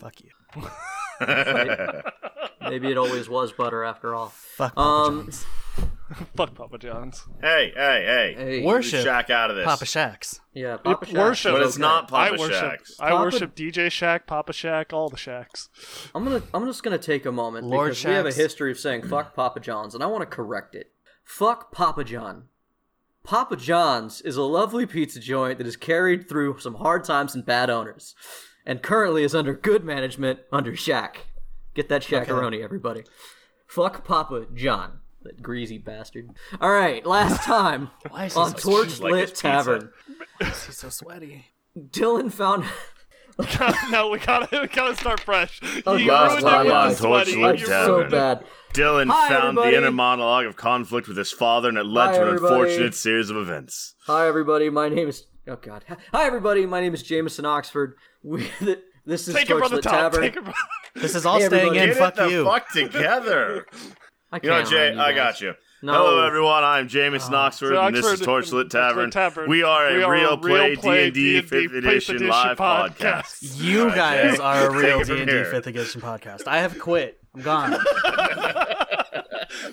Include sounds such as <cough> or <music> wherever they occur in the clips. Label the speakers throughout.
Speaker 1: Fuck you.
Speaker 2: Maybe it always was butter after all.
Speaker 1: Fuck Papa
Speaker 2: Um,
Speaker 1: John's.
Speaker 3: <laughs> Fuck Papa John's.
Speaker 4: hey, hey, hey.
Speaker 2: hey,
Speaker 4: Get
Speaker 1: Worship
Speaker 4: Shaq out of this.
Speaker 1: Papa Shaq's.
Speaker 2: yeah, Papa Shaq.
Speaker 3: worship.
Speaker 4: but it's not Papa
Speaker 3: I worship.
Speaker 4: Shaq's.
Speaker 3: I
Speaker 2: Papa-
Speaker 3: worship DJ Shack, Papa Shack, all the Shacks.
Speaker 2: I'm gonna I'm just gonna take a moment
Speaker 1: Lord
Speaker 2: because we have a
Speaker 1: Shax.
Speaker 2: history of saying fuck Papa John's, and I want to correct it. Fuck Papa John. Papa John's is a lovely pizza joint that has carried through some hard times and bad owners, and currently is under good management under Shaq. Get that Shaqaroni, everybody. Fuck Papa John, that greasy bastard. All right, last time
Speaker 1: Why is he
Speaker 2: on
Speaker 1: so-
Speaker 2: Um, Torch
Speaker 4: like his
Speaker 2: Lit
Speaker 4: pizza.
Speaker 2: Tavern,
Speaker 1: He's so sweaty.
Speaker 2: Dylan found.
Speaker 3: <laughs> no, we gotta we gotta start fresh. Oh, you
Speaker 2: God,
Speaker 3: ruined
Speaker 2: God,
Speaker 3: it with
Speaker 2: God,
Speaker 3: the
Speaker 4: torch
Speaker 3: sweaty.
Speaker 4: lit
Speaker 2: I'm
Speaker 3: You
Speaker 4: down.
Speaker 3: ruined-
Speaker 2: so bad.
Speaker 4: Dylan
Speaker 2: Hi,
Speaker 4: found
Speaker 2: everybody.
Speaker 4: the inner monologue of conflict with his father, and it led
Speaker 2: Hi,
Speaker 4: to an
Speaker 2: everybody.
Speaker 4: unfortunate series of events.
Speaker 2: Hi, everybody. My name is. Oh God. Hi, everybody. My name is Jameson Oxford. We. <laughs> This is
Speaker 3: Take it
Speaker 2: Torch
Speaker 3: from the
Speaker 2: Lit
Speaker 3: top.
Speaker 2: Tavern.
Speaker 3: Take it from...
Speaker 1: This is all
Speaker 2: Hey,
Speaker 1: staying
Speaker 2: everybody.
Speaker 1: in. Fuck
Speaker 4: it the
Speaker 1: you.
Speaker 4: fuck together.
Speaker 2: I
Speaker 4: You know,
Speaker 2: can't
Speaker 4: Jay,
Speaker 2: run
Speaker 4: I
Speaker 2: guys.
Speaker 4: got you.
Speaker 2: No.
Speaker 4: Hello, everyone. I'm Jameson Oxford,
Speaker 3: So
Speaker 4: and this is
Speaker 3: Oxford-
Speaker 4: Torchlit Tavern.
Speaker 3: Torchlit Tavern.
Speaker 4: We are a
Speaker 3: We are
Speaker 4: real,
Speaker 3: a
Speaker 4: play
Speaker 3: real play
Speaker 4: D&D
Speaker 3: D&D
Speaker 4: 5th edition,
Speaker 3: edition
Speaker 4: live
Speaker 3: podcast.
Speaker 4: podcast.
Speaker 1: You guys are a
Speaker 4: Take
Speaker 1: real
Speaker 4: it from
Speaker 1: D&D
Speaker 4: here.
Speaker 1: 5th Edition podcast. I have quit. I'm
Speaker 4: <laughs>
Speaker 1: gone.
Speaker 3: <laughs>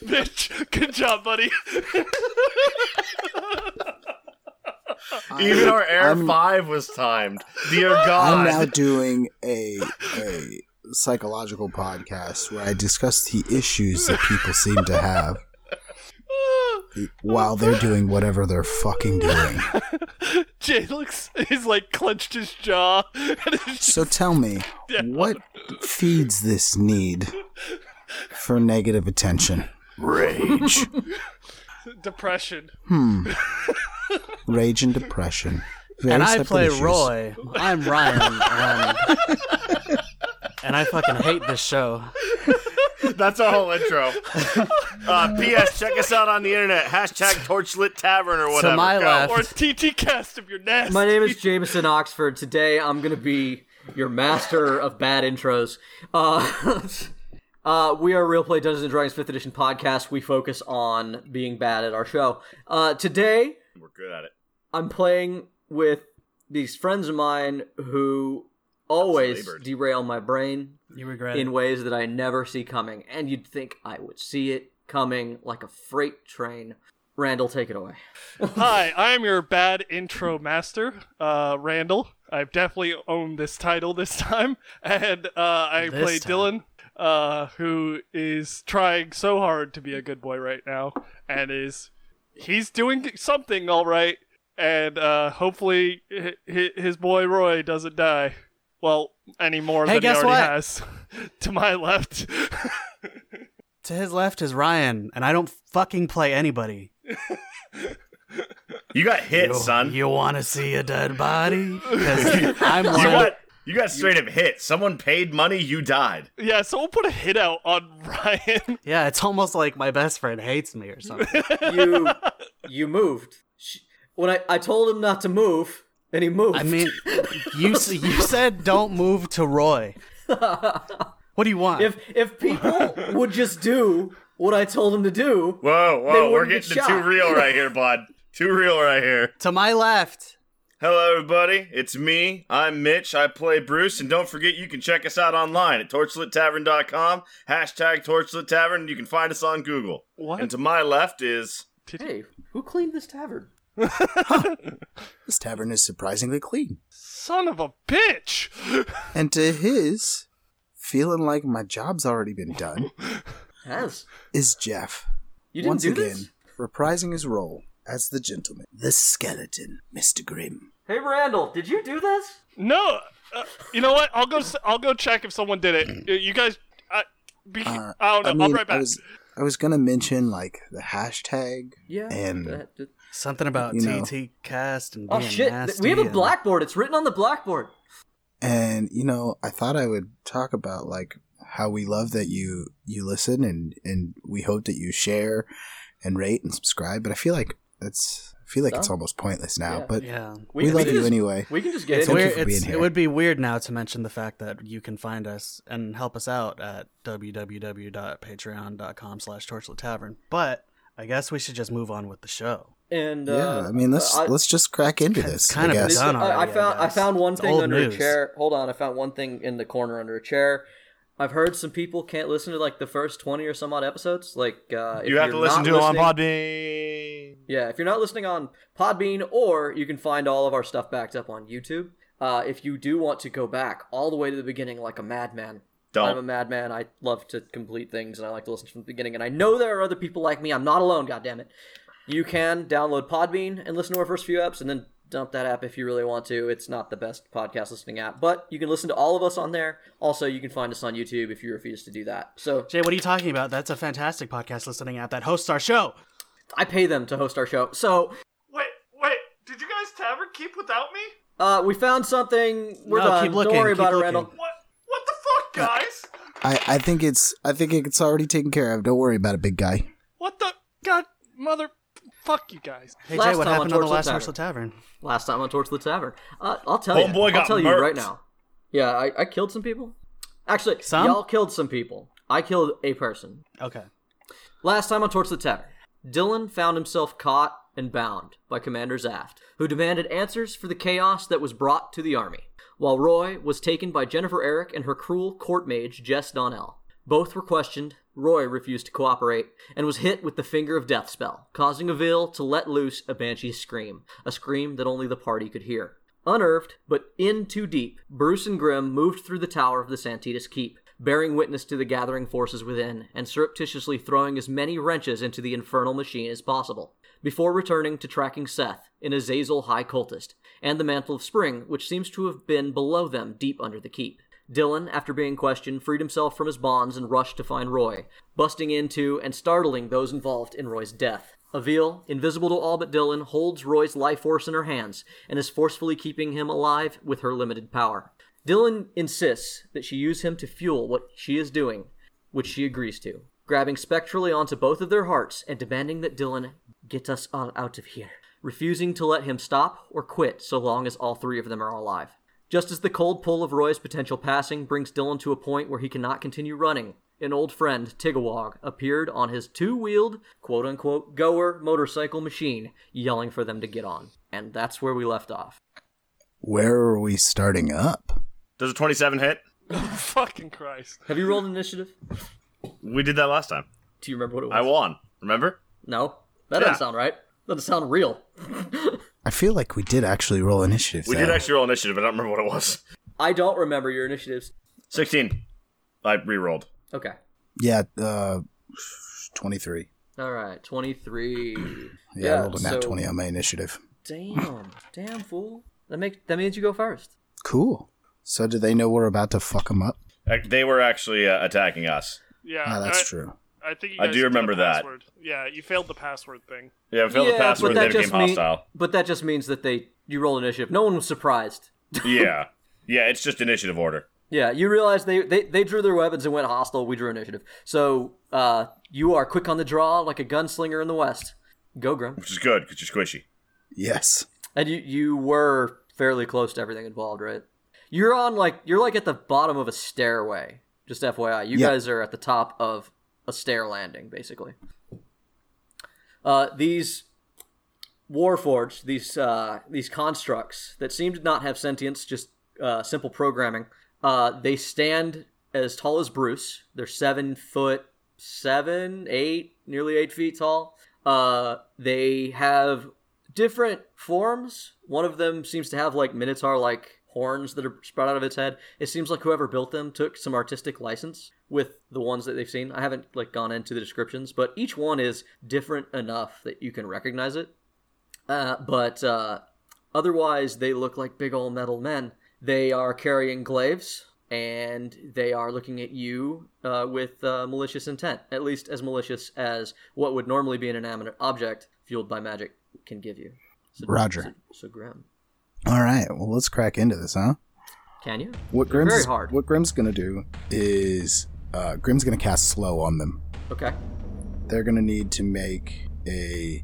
Speaker 3: Bitch, good job, buddy. <laughs>
Speaker 4: <laughs> Even our Air
Speaker 5: I'm-
Speaker 4: 5 was timed. Dear
Speaker 5: I'm now
Speaker 4: God.
Speaker 5: doing a a psychological podcast where I discuss the issues that people seem to have while they're doing whatever they're fucking doing.
Speaker 3: Jay looks. He's like clenched his jaw. <laughs> And it's
Speaker 5: So tell me, what feeds this need for negative attention? Rage.
Speaker 3: just depression.
Speaker 5: Rage and depression. Very
Speaker 1: and I
Speaker 5: separate
Speaker 1: play
Speaker 5: issues.
Speaker 1: Roy. I'm Ryan. And, and I fucking hate this show.
Speaker 4: That's our whole intro. Uh, P.S. Check us out on the internet. Hashtag Torchlit Tavern or whatever.
Speaker 1: my
Speaker 4: Go.
Speaker 1: left.
Speaker 3: Or TT cast if you're nasty.
Speaker 2: My name
Speaker 3: <laughs>
Speaker 2: is Jameson Oxford. Today, I'm gonna be your master of bad intros. Uh, <laughs> uh, we are Real Play Dungeons and Dragons Fifth Edition podcast. We focus on being bad at our show. Uh, today,
Speaker 4: We're good at it.
Speaker 2: I'm playing with these friends of mine who always
Speaker 4: labored.
Speaker 2: derail my brain
Speaker 1: You regret
Speaker 2: in ways that I never see coming, and you'd think I would see it coming like a freight train. Randall, take it away.
Speaker 3: Hi, I'm your bad intro master, uh, Randall. I've definitely owned this title this time, <laughs> and uh, I
Speaker 1: This
Speaker 2: play
Speaker 3: play
Speaker 1: time.
Speaker 3: Dylan, uh, who is trying so hard to be a good boy right now, and is he's doing something all right, and uh, hopefully hi- hi- his boy Roy doesn't die. Well, any more
Speaker 1: Hey,
Speaker 3: than
Speaker 1: guess
Speaker 3: he already
Speaker 1: what?
Speaker 3: has. <laughs> to my left, <laughs>
Speaker 1: To his left is Ryan, and I don't fucking play anybody.
Speaker 4: You got hit, son. You,
Speaker 1: You want to see a dead body?
Speaker 4: <laughs>
Speaker 1: 'Cause I'm one.
Speaker 4: got, you got straight up hit. Someone paid money, you died.
Speaker 3: yeah, someone put a hit out on <laughs> Ryan.
Speaker 1: Yeah, it's almost like my best friend hates me or something.
Speaker 2: You, you moved. Sh- When I, I told him not to move, and he moved.
Speaker 1: I mean, you s- you said don't move to Roy. What do you
Speaker 2: <laughs>
Speaker 1: want?
Speaker 2: if if
Speaker 5: <laughs>
Speaker 2: people would just do what I told them to do, They
Speaker 4: Whoa, whoa.
Speaker 2: wouldn't
Speaker 4: We're
Speaker 2: get
Speaker 4: getting to
Speaker 2: shot.
Speaker 4: too real right here, bud. Too real right here.
Speaker 1: to my left,
Speaker 4: Hello, everybody. It's me. I'm Mitch. I play Bruce. And don't forget, you can check us out online at torchlittavern.com, hashtag Torchlit Tavern. You can find us on Google.
Speaker 3: What?
Speaker 4: And to my left is.
Speaker 2: hey, who cleaned this tavern?
Speaker 5: This tavern is surprisingly clean.
Speaker 3: Son of a bitch!
Speaker 5: And to his, feeling like my job's already been done,
Speaker 2: Has
Speaker 5: is Jeff.
Speaker 2: you didn't
Speaker 5: Once
Speaker 2: do
Speaker 5: again,
Speaker 2: this?
Speaker 5: reprising his role as the gentleman, the skeleton, Mr. Grimm.
Speaker 2: Hey, Randall, did you do this?
Speaker 3: No, uh, you know what? I'll go. s- I'll go check if someone did it. Uh, You guys, I, be,
Speaker 5: Uh,
Speaker 2: Oh,
Speaker 3: I don't know. I will be right
Speaker 5: I
Speaker 3: back.
Speaker 5: was, I was gonna mention like the hashtag.
Speaker 2: Yeah.
Speaker 5: And-
Speaker 2: that- that-
Speaker 1: something about
Speaker 5: You know.
Speaker 1: TT cast and
Speaker 2: oh
Speaker 1: being
Speaker 2: shit! th-
Speaker 1: nasty
Speaker 2: We have a
Speaker 1: and-
Speaker 2: blackboard. It's written on the blackboard.
Speaker 5: and you know i thought i would talk about like how we love that you you listen and and we hope that you share and rate and subscribe but i feel like it's i feel like it's
Speaker 2: Done.
Speaker 5: almost pointless now
Speaker 2: Yeah.
Speaker 5: but
Speaker 1: Yeah.
Speaker 5: we, love
Speaker 2: can
Speaker 5: you
Speaker 2: just-
Speaker 5: anyway
Speaker 2: We can just get
Speaker 1: It's
Speaker 2: into
Speaker 5: Thank
Speaker 1: weird.
Speaker 5: you for
Speaker 1: It's, it
Speaker 5: being here.
Speaker 1: would be weird now to mention the fact that you can find us and help us out at www.patreon.com slash torchlit tavern. But I guess we should just move on with the show.
Speaker 2: And
Speaker 5: yeah,
Speaker 2: uh,
Speaker 5: I mean, let's
Speaker 2: I-
Speaker 5: let's just crack into
Speaker 1: It's
Speaker 5: this.
Speaker 1: kind
Speaker 5: I
Speaker 1: of
Speaker 5: guess.
Speaker 2: This-
Speaker 1: done
Speaker 2: I, I
Speaker 1: already, I
Speaker 2: found I,
Speaker 1: guess.
Speaker 2: found one
Speaker 1: It's
Speaker 2: thing
Speaker 1: old
Speaker 2: under
Speaker 1: news.
Speaker 2: a chair. Hold on, I found one thing in the corner under a chair. I've heard some people can't listen to like the first twenty or some odd episodes. Like uh, if
Speaker 4: you have
Speaker 2: you're
Speaker 4: to listen
Speaker 2: not
Speaker 4: to it on
Speaker 2: listening-
Speaker 4: Podbean.
Speaker 2: Yeah, if you're not listening on Podbean, or you can find all of our stuff backed up on YouTube. Uh, if you do want to go back all the way to the beginning, like a madman, I'm a
Speaker 4: Don't.
Speaker 2: madman. I love to complete things, and I like to listen from the beginning. And I know there are other people like me. I'm not alone. God damn it! You can download Podbean and listen to our first few apps, and then dump that app if you really want to. It's not the best podcast listening app, but you can listen to all of us on there. Also, you can find us on YouTube if you refuse to do that. So
Speaker 1: Jay, what are you talking about? That's a fantastic podcast listening app that hosts our show.
Speaker 2: I pay them to host our show. So
Speaker 3: Wait, wait. Did you guys tavern keep without me?
Speaker 2: uh, we found something. We're
Speaker 1: No,
Speaker 2: done.
Speaker 1: keep looking,
Speaker 2: Don't worry
Speaker 1: keep
Speaker 2: about it,
Speaker 1: looking.
Speaker 2: Randall.
Speaker 3: What? What the fuck, guys?
Speaker 5: I, I think it's I think it's already taken care of. Don't worry about it, big guy.
Speaker 3: What the god mother? Fuck you guys. <laughs>
Speaker 1: Hey,
Speaker 2: Last
Speaker 1: Jay, what
Speaker 2: time on
Speaker 1: happened on the
Speaker 2: Torchlit
Speaker 1: last
Speaker 2: Tavern.
Speaker 1: Torchlit Tavern?
Speaker 2: Last time on Torchlit Tavern, uh, I'll tell you.
Speaker 4: Homeboy
Speaker 2: I'll
Speaker 4: got
Speaker 2: tell you right
Speaker 4: murked.
Speaker 2: now. Yeah, I, I killed some people. Actually,
Speaker 1: Some?
Speaker 2: y'all killed some people. I killed a person.
Speaker 1: Okay.
Speaker 2: Last time on Torchlit Tavern, Dylan found himself caught and bound by Commander Zaft, who demanded answers for the chaos that was brought to the army, while Roy was taken by Jennifer Eric and her cruel court mage Jess Donnell. Both were questioned, Roy refused to cooperate, and was hit with the Finger of Death spell, causing Avil to let loose a banshee scream, a scream that only the party could hear. Unnerved, but in too deep, Bruce and Grimm moved through the tower of the Santitas Keep, bearing witness to the gathering forces within, and surreptitiously throwing as many wrenches into the infernal machine as possible, before returning to tracking Seth, an Azazel High Cultist, and the Mantle of Spring, which seems to have been below them deep under the keep. Dylan, after being questioned, freed himself from his bonds and rushed to find Roy, busting into and startling those involved in Roy's death. Avil, invisible to all but Dylan, holds Roy's life force in her hands and is forcefully keeping him alive with her limited power. Dylan insists that she use him to fuel what she is doing, which she agrees to, grabbing spectrally onto both of their hearts and demanding that Dylan get us all out of here, refusing to let him stop or quit so long as all three of them are alive. Just as the cold pull of Roy's potential passing brings Dylan to a point where he cannot continue running, an old friend, Tigawog, appeared on his two wheeled, quote unquote, goer motorcycle machine, yelling for them to get on. And that's where we left off.
Speaker 5: Where are we starting up?
Speaker 4: Does a 27 hit?
Speaker 3: Fucking Christ.
Speaker 2: Have you rolled initiative?
Speaker 4: We did that last time.
Speaker 2: Do you remember what it was?
Speaker 4: I won. Remember?
Speaker 2: No, that
Speaker 4: Yeah.
Speaker 2: doesn't sound right. Doesn't sound real.
Speaker 5: I feel like we did actually roll initiative.
Speaker 4: We
Speaker 5: though.
Speaker 4: did actually roll initiative. I don't remember what it was. <laughs>
Speaker 2: I don't remember your initiatives.
Speaker 4: 16. I re-rolled.
Speaker 2: Okay.
Speaker 5: Yeah, uh, twenty three.
Speaker 2: All right. Twenty three.
Speaker 5: Yeah,
Speaker 2: Yeah,
Speaker 5: I rolled a nat
Speaker 2: so-
Speaker 5: twenty on my initiative.
Speaker 2: damn. Damn fool. That make that means you go first.
Speaker 5: Cool. So do they know we're about to fuck them up?
Speaker 4: Uh, They were actually uh, attacking us.
Speaker 3: Yeah,
Speaker 5: Ah,
Speaker 3: I,
Speaker 5: that's true.
Speaker 3: I think you
Speaker 4: I
Speaker 3: guys
Speaker 4: do
Speaker 3: did the
Speaker 4: remember that.
Speaker 3: password. Yeah, you failed the password thing.
Speaker 4: Yeah, failed the password and they became
Speaker 2: mean-
Speaker 4: hostile.
Speaker 2: but that just means that they you rolled initiative. No one was surprised.
Speaker 4: yeah. Yeah, it's just initiative order.
Speaker 2: Yeah, you realize they, they they drew their weapons and went hostile. We drew initiative. So uh, you are quick on the draw, like a gunslinger in the west. Go, Grim.
Speaker 4: Which is good, because you're squishy.
Speaker 5: Yes.
Speaker 2: And you you were fairly close to everything involved, right? You're on like you're like at the bottom of a stairway. Just FYI, you
Speaker 5: Yeah.
Speaker 2: guys are at the top of a stair landing, basically. Uh, these warforged, these uh, these constructs that seem to not have sentience, just uh, simple programming. Uh, they stand as tall as Bruce. They're seven foot seven, eight, nearly eight feet tall. Uh, they have different forms. One of them seems to have like minotaur like horns that are sprout out of its head. It seems like whoever built them took some artistic license with the ones that they've seen. I haven't like gone into the descriptions, but each one is different enough that you can recognize it. Uh, but uh, otherwise, they look like big old metal men. They are carrying glaives and they are looking at you uh, with uh, malicious intent, at least as malicious as what would normally be an inanimate object fueled by magic can give you. So,
Speaker 5: Roger.
Speaker 2: So, so grim.
Speaker 5: All right. Well, let's crack into this, huh?
Speaker 2: Can you?
Speaker 5: What
Speaker 2: They're
Speaker 5: Grim's
Speaker 2: very
Speaker 5: is-
Speaker 2: hard.
Speaker 5: what Grim's gonna do is uh, Grim's gonna cast slow on them.
Speaker 2: Okay.
Speaker 5: They're gonna need to make a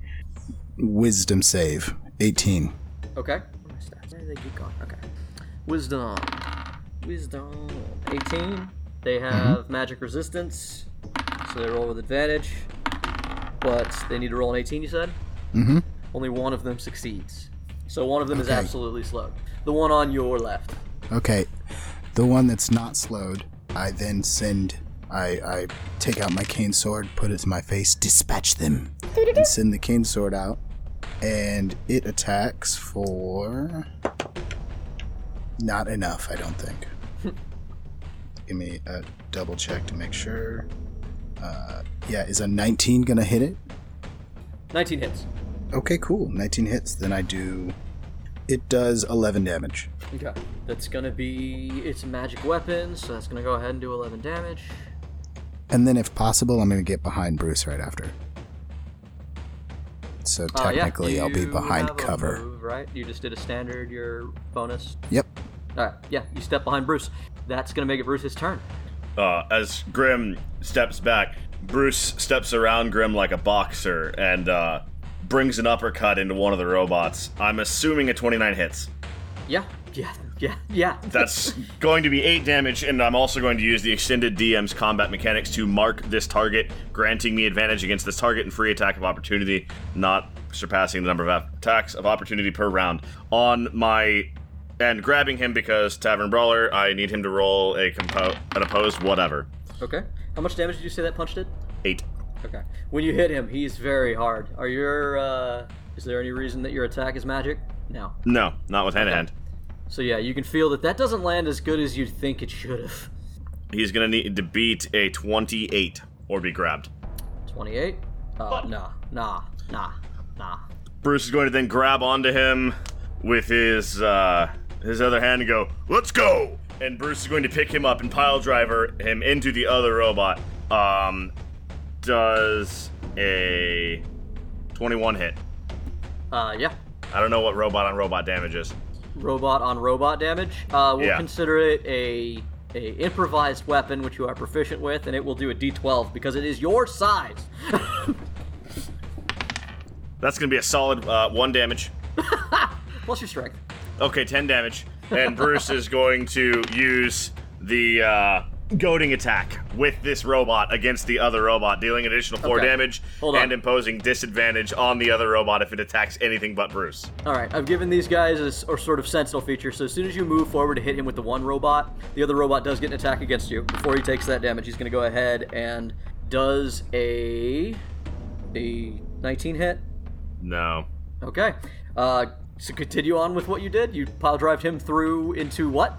Speaker 5: wisdom save. Eighteen.
Speaker 2: Okay. Where are my stats? Where did they get gone? Okay. Wisdom. Wisdom. 18. They have
Speaker 5: Mm-hmm.
Speaker 2: magic resistance, so they roll with advantage. But they need to roll an 18, you said?
Speaker 5: Mm-hmm.
Speaker 2: Only one of them succeeds. So one of them is
Speaker 5: Okay.
Speaker 2: absolutely slowed. The one on your left.
Speaker 5: Okay, the one that's not slowed, I then send. I, I take out my cane sword, put it to my face, dispatch them, and send the cane sword out. And it attacks for. Not enough, I don't think. Give me a double check to make sure. Uh, yeah, is a 19 gonna hit it?
Speaker 2: 19 hits.
Speaker 5: Okay, cool. 19 hits. Then I do. It does 11 damage.
Speaker 2: Okay. That's gonna be. It's a magic weapon, so that's gonna go ahead and do 11 damage.
Speaker 5: And then, if possible, I'm going to get behind Bruce right after. So
Speaker 2: Uh, yeah,
Speaker 5: technically, I'll be
Speaker 2: you
Speaker 5: behind
Speaker 2: have a
Speaker 5: cover.
Speaker 2: move, right? You just did a standard, your bonus.
Speaker 5: Yep.
Speaker 2: Alright, Uh, yeah, you step behind Bruce. That's gonna make it Bruce's turn.
Speaker 4: Uh, as Grim steps back, Bruce steps around Grim like a boxer and uh, brings an uppercut into one of the robots. I'm assuming a 29 hits.
Speaker 2: Yeah, yeah, yeah, yeah.
Speaker 4: That's going to be 8 damage, and I'm also going to use the extended DM's combat mechanics to mark this target, granting me advantage against this target and free attack of opportunity, not surpassing the number of attacks of opportunity per round. On my. And grabbing him because Tavern Brawler, I need him to roll a compo- an opposed whatever.
Speaker 2: <laughs> Okay. How much damage did you say that punch did?
Speaker 4: 8.
Speaker 2: Okay. When you hit him, he's very hard. Are your uh is there any reason that your attack is magic? No.
Speaker 4: No, not with hand to hand.
Speaker 2: So yeah, you can feel that that doesn't land as good as you'd think it should have.
Speaker 4: He's gonna need to beat a 28 or be grabbed.
Speaker 2: 28. Uh, nah, nah, nah, nah.
Speaker 4: Bruce is going to then grab onto him with his uh, his other hand and go, "Let's go!" And Bruce is going to pick him up and pile driver him into the other robot. Um, does a 21 hit?
Speaker 2: Uh, yeah.
Speaker 4: I don't know what robot on robot damage is.
Speaker 2: Robot on robot damage. Uh, we'll
Speaker 4: Yeah.
Speaker 2: consider it a a improvised weapon which you are proficient with, and it will do a D12 because it is your size. <laughs>
Speaker 4: That's gonna be a solid uh, one damage.
Speaker 2: Plus your strength.
Speaker 4: Okay, 10 damage. And Bruce is going to use the uh, goading attack with this robot against the other robot, dealing additional 4
Speaker 2: Okay.
Speaker 4: damage
Speaker 2: Hold on.
Speaker 4: and imposing disadvantage on the other robot if it attacks anything but Bruce.
Speaker 2: All right, I've given these guys a, s- or sort of sentinel feature, so as soon as you move forward to hit him with the one robot, the other robot does get an attack against you. Before he takes that damage, he's going to go ahead and does a a 19 hit.
Speaker 4: No.
Speaker 2: Okay. Uh, so continue on with what you did. You pile drive him through into what?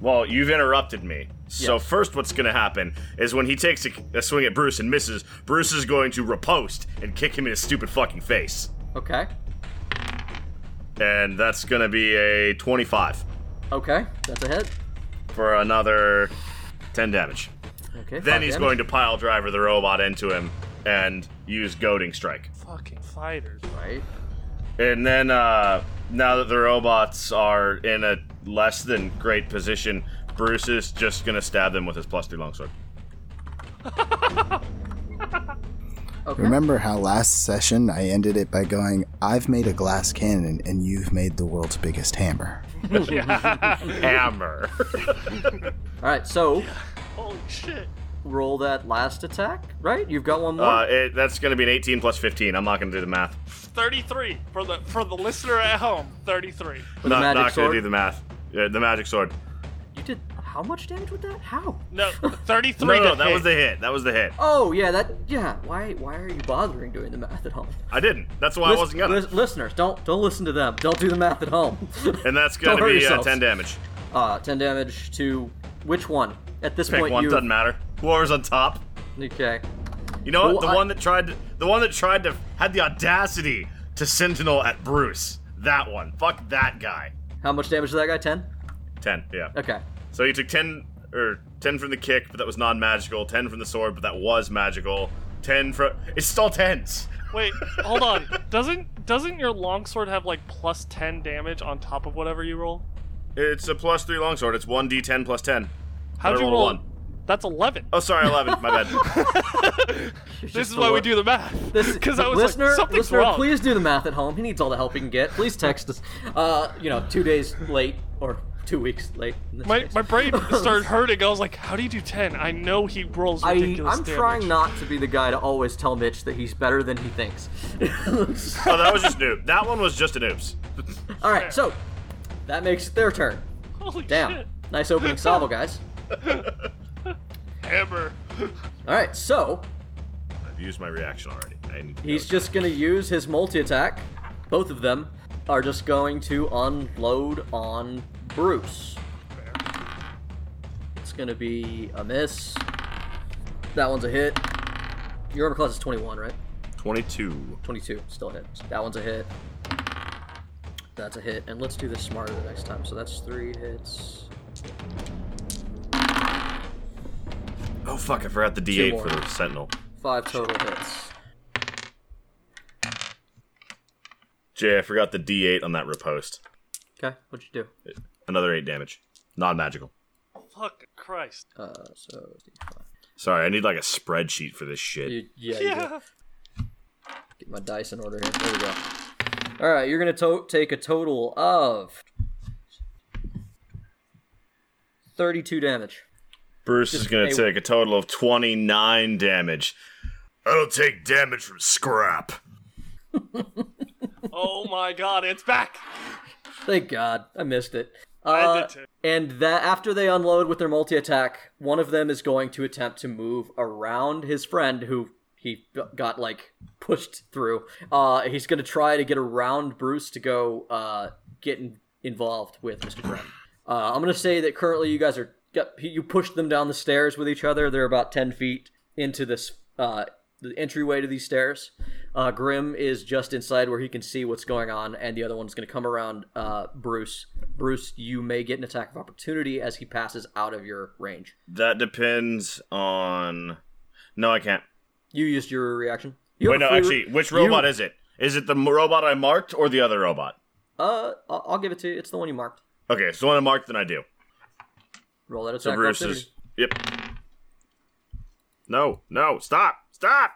Speaker 4: Well, you've interrupted me. So,
Speaker 2: Yeah.
Speaker 4: first, what's going to happen is when he takes a, a swing at Bruce and misses, Bruce is going to riposte and kick him in his stupid fucking face.
Speaker 2: Okay.
Speaker 4: And that's going to be a 25
Speaker 2: Okay. That's a hit.
Speaker 4: for another 10 damage.
Speaker 2: Okay.
Speaker 4: Then he's going to pile driver the robot into him and use goading strike.
Speaker 3: Fucking fighters.
Speaker 2: Right.
Speaker 4: And then uh, now that the robots are in a less than great position, Bruce is just gonna stab them with his plus three longsword.
Speaker 2: Okay.
Speaker 5: Remember how last session I ended it by going, I've made a glass cannon and you've made the world's biggest hammer.
Speaker 4: Hammer.
Speaker 2: All right. So
Speaker 3: Holy shit.
Speaker 2: roll that last attack. Right. You've got one more.
Speaker 4: <laughs> uh, it, that's gonna be an 18 plus 15. I'm not gonna do the math.
Speaker 3: 33 for the for the listener at home. 33.
Speaker 2: with
Speaker 4: not
Speaker 2: a magic
Speaker 4: not gonna
Speaker 2: sword.
Speaker 4: do the math. Yeah, the magic sword.
Speaker 2: You did how much damage with that? How?
Speaker 3: No, <laughs> 33.
Speaker 4: No,
Speaker 3: to
Speaker 4: no, that
Speaker 3: hit.
Speaker 4: was the hit. That was the hit.
Speaker 2: Oh yeah, that yeah. Why why are you bothering doing the math at home?
Speaker 4: I didn't. That's why I
Speaker 2: Lis-
Speaker 4: wasn't gonna.
Speaker 2: lis- listeners, don't don't listen to them. Don't do the math at home.
Speaker 4: and that's
Speaker 2: Don't
Speaker 4: gonna
Speaker 2: hurt
Speaker 4: be uh,
Speaker 2: yourselves.
Speaker 4: 10 damage.
Speaker 2: <laughs> Uh, ten damage to which one? At this
Speaker 4: Pick
Speaker 2: point,
Speaker 4: one.
Speaker 2: you
Speaker 4: Doesn't matter. Whoever's on top.
Speaker 2: okay.
Speaker 4: You know what?
Speaker 2: Well,
Speaker 4: The
Speaker 2: I-
Speaker 4: one that tried, to, the one that tried to had the audacity to sentinel at Bruce. That one. Fuck that guy.
Speaker 2: How much damage did that guy? Ten.
Speaker 4: Ten. Yeah.
Speaker 2: Okay.
Speaker 4: So you took ten or ten from the kick, but that was non-magical. Ten from the sword, but that was magical. Ten from. It's still tens.
Speaker 3: <laughs> Wait, hold on. Doesn't doesn't your longsword have like plus 10 damage on top of whatever you roll?
Speaker 4: It's a plus three longsword. It's one d10 plus ten.
Speaker 3: How'd
Speaker 4: I
Speaker 3: you
Speaker 4: rolled
Speaker 3: roll?
Speaker 4: one.
Speaker 3: That's 11.
Speaker 4: Oh, sorry, eleven. My <laughs> bad.
Speaker 3: this is
Speaker 2: <laughs>
Speaker 3: why we do the math.
Speaker 2: This
Speaker 3: Because I was
Speaker 2: listener,
Speaker 3: like, something's
Speaker 2: listener,
Speaker 3: wrong.
Speaker 2: please do the math at home. He needs all the help he can get. Please text us. Uh, you know, two days late or two weeks late. in this
Speaker 3: My
Speaker 2: case. <laughs>
Speaker 3: my brain started hurting. I was like, how do you do ten? I know he rolls
Speaker 2: I,
Speaker 3: ridiculous
Speaker 2: I'm
Speaker 3: damage.
Speaker 2: trying not to be the guy to always tell Mitch that he's better than he
Speaker 3: <laughs>
Speaker 2: thinks. <laughs>
Speaker 4: Oh, that was just an oops. That one was just an oops.
Speaker 2: All right, so that makes it their turn.
Speaker 3: <laughs> Holy
Speaker 2: Damn,
Speaker 3: shit!
Speaker 2: nice opening salvo, guys.
Speaker 3: Hammer.
Speaker 2: All right, so
Speaker 4: I've used my reaction already. I need to
Speaker 2: He's
Speaker 4: go.
Speaker 2: just gonna use his multi attack. Both of them are just going to unload on Bruce. It's gonna be a miss. That one's a hit. Your armor class is 21, right?
Speaker 4: 22.
Speaker 2: 22, still a hit. That one's a hit. That's a hit. And let's do this smarter the next time. So that's three hits.
Speaker 4: Oh fuck! I forgot the
Speaker 2: Two
Speaker 4: D8
Speaker 2: more.
Speaker 4: for the Sentinel.
Speaker 2: Five total hits.
Speaker 4: Jay, I forgot the D8 on that repost.
Speaker 2: Okay, what'd you do?
Speaker 4: Another eight damage. Non-magical.
Speaker 3: Fuck Christ.
Speaker 2: Uh, so.
Speaker 4: Sorry, I need like a spreadsheet for this shit.
Speaker 2: You, yeah, you do.
Speaker 3: Yeah.
Speaker 2: Get my dice in order here. There we go. All right, you're gonna to- take a total of thirty-two damage.
Speaker 4: Bruce is going
Speaker 2: a-
Speaker 4: to take a total of 29 damage. I don't take damage from scrap.
Speaker 3: Oh my God, it's back.
Speaker 2: Thank God, I missed it.
Speaker 3: I
Speaker 2: Uh,
Speaker 3: did too.
Speaker 2: and that after they unload with their multi-attack, one of them is going to attempt to move around his friend who he got like pushed through. Uh, he's gonna try to get around Bruce to go uh, get in- involved with Mr. Brown. Uh, I'm gonna say that currently you guys are got- you pushed them down the stairs with each other. They're about ten feet into this uh, the entryway to these stairs. Uh, Grim is just inside where he can see what's going on, and the other one's gonna come around uh, Bruce. Bruce, you may get an attack of opportunity as he passes out of your range.
Speaker 4: That depends on. No, I can't.
Speaker 2: You used your reaction. You
Speaker 4: Wait,
Speaker 2: have
Speaker 4: no,
Speaker 2: a free-
Speaker 4: actually, which robot is it? Is it the m- robot I marked or the other robot?
Speaker 2: Uh, I'll, I'll give it to you. It's the one you marked.
Speaker 4: Okay, it's the one I marked, then I do.
Speaker 2: Roll that
Speaker 4: So
Speaker 2: attack.
Speaker 4: Bruce
Speaker 2: opportunity.
Speaker 4: is. Yep. No, no, stop, stop!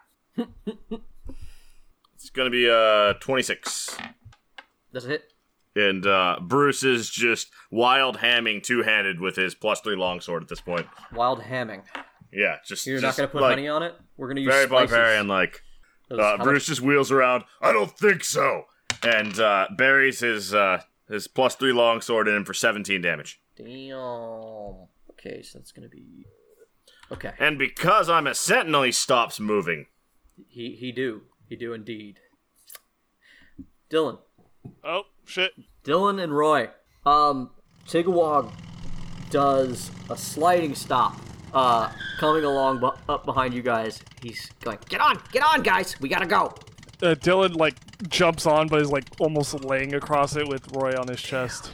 Speaker 4: it's gonna be uh 26.
Speaker 2: That's a hit.
Speaker 4: And uh, Bruce is just wild hamming two handed with his plus three longsword at this point.
Speaker 2: Wild hamming.
Speaker 4: Yeah, just.
Speaker 2: You're
Speaker 4: just,
Speaker 2: not gonna put
Speaker 4: like,
Speaker 2: money on it. We're gonna use
Speaker 4: Very
Speaker 2: slices.
Speaker 4: barbarian, like.
Speaker 2: Those-
Speaker 4: Uh,
Speaker 2: how
Speaker 4: Bruce just wheels around. I don't think so, and uh, buries his uh, his plus three longsword in for seventeen damage.
Speaker 2: much- Damn. Okay, so that's gonna be. Okay.
Speaker 4: And because I'm a sentinel, he stops moving.
Speaker 2: He he do he do indeed. Dylan,
Speaker 3: Oh shit.
Speaker 2: Dylan and Roy. Um, Tigawog does a sliding stop, uh, coming along bu- up behind you guys. He's going, get on, get on, guys, we gotta go.
Speaker 3: Uh, Dylan like jumps on, but is like almost laying across it with Roy on his chest.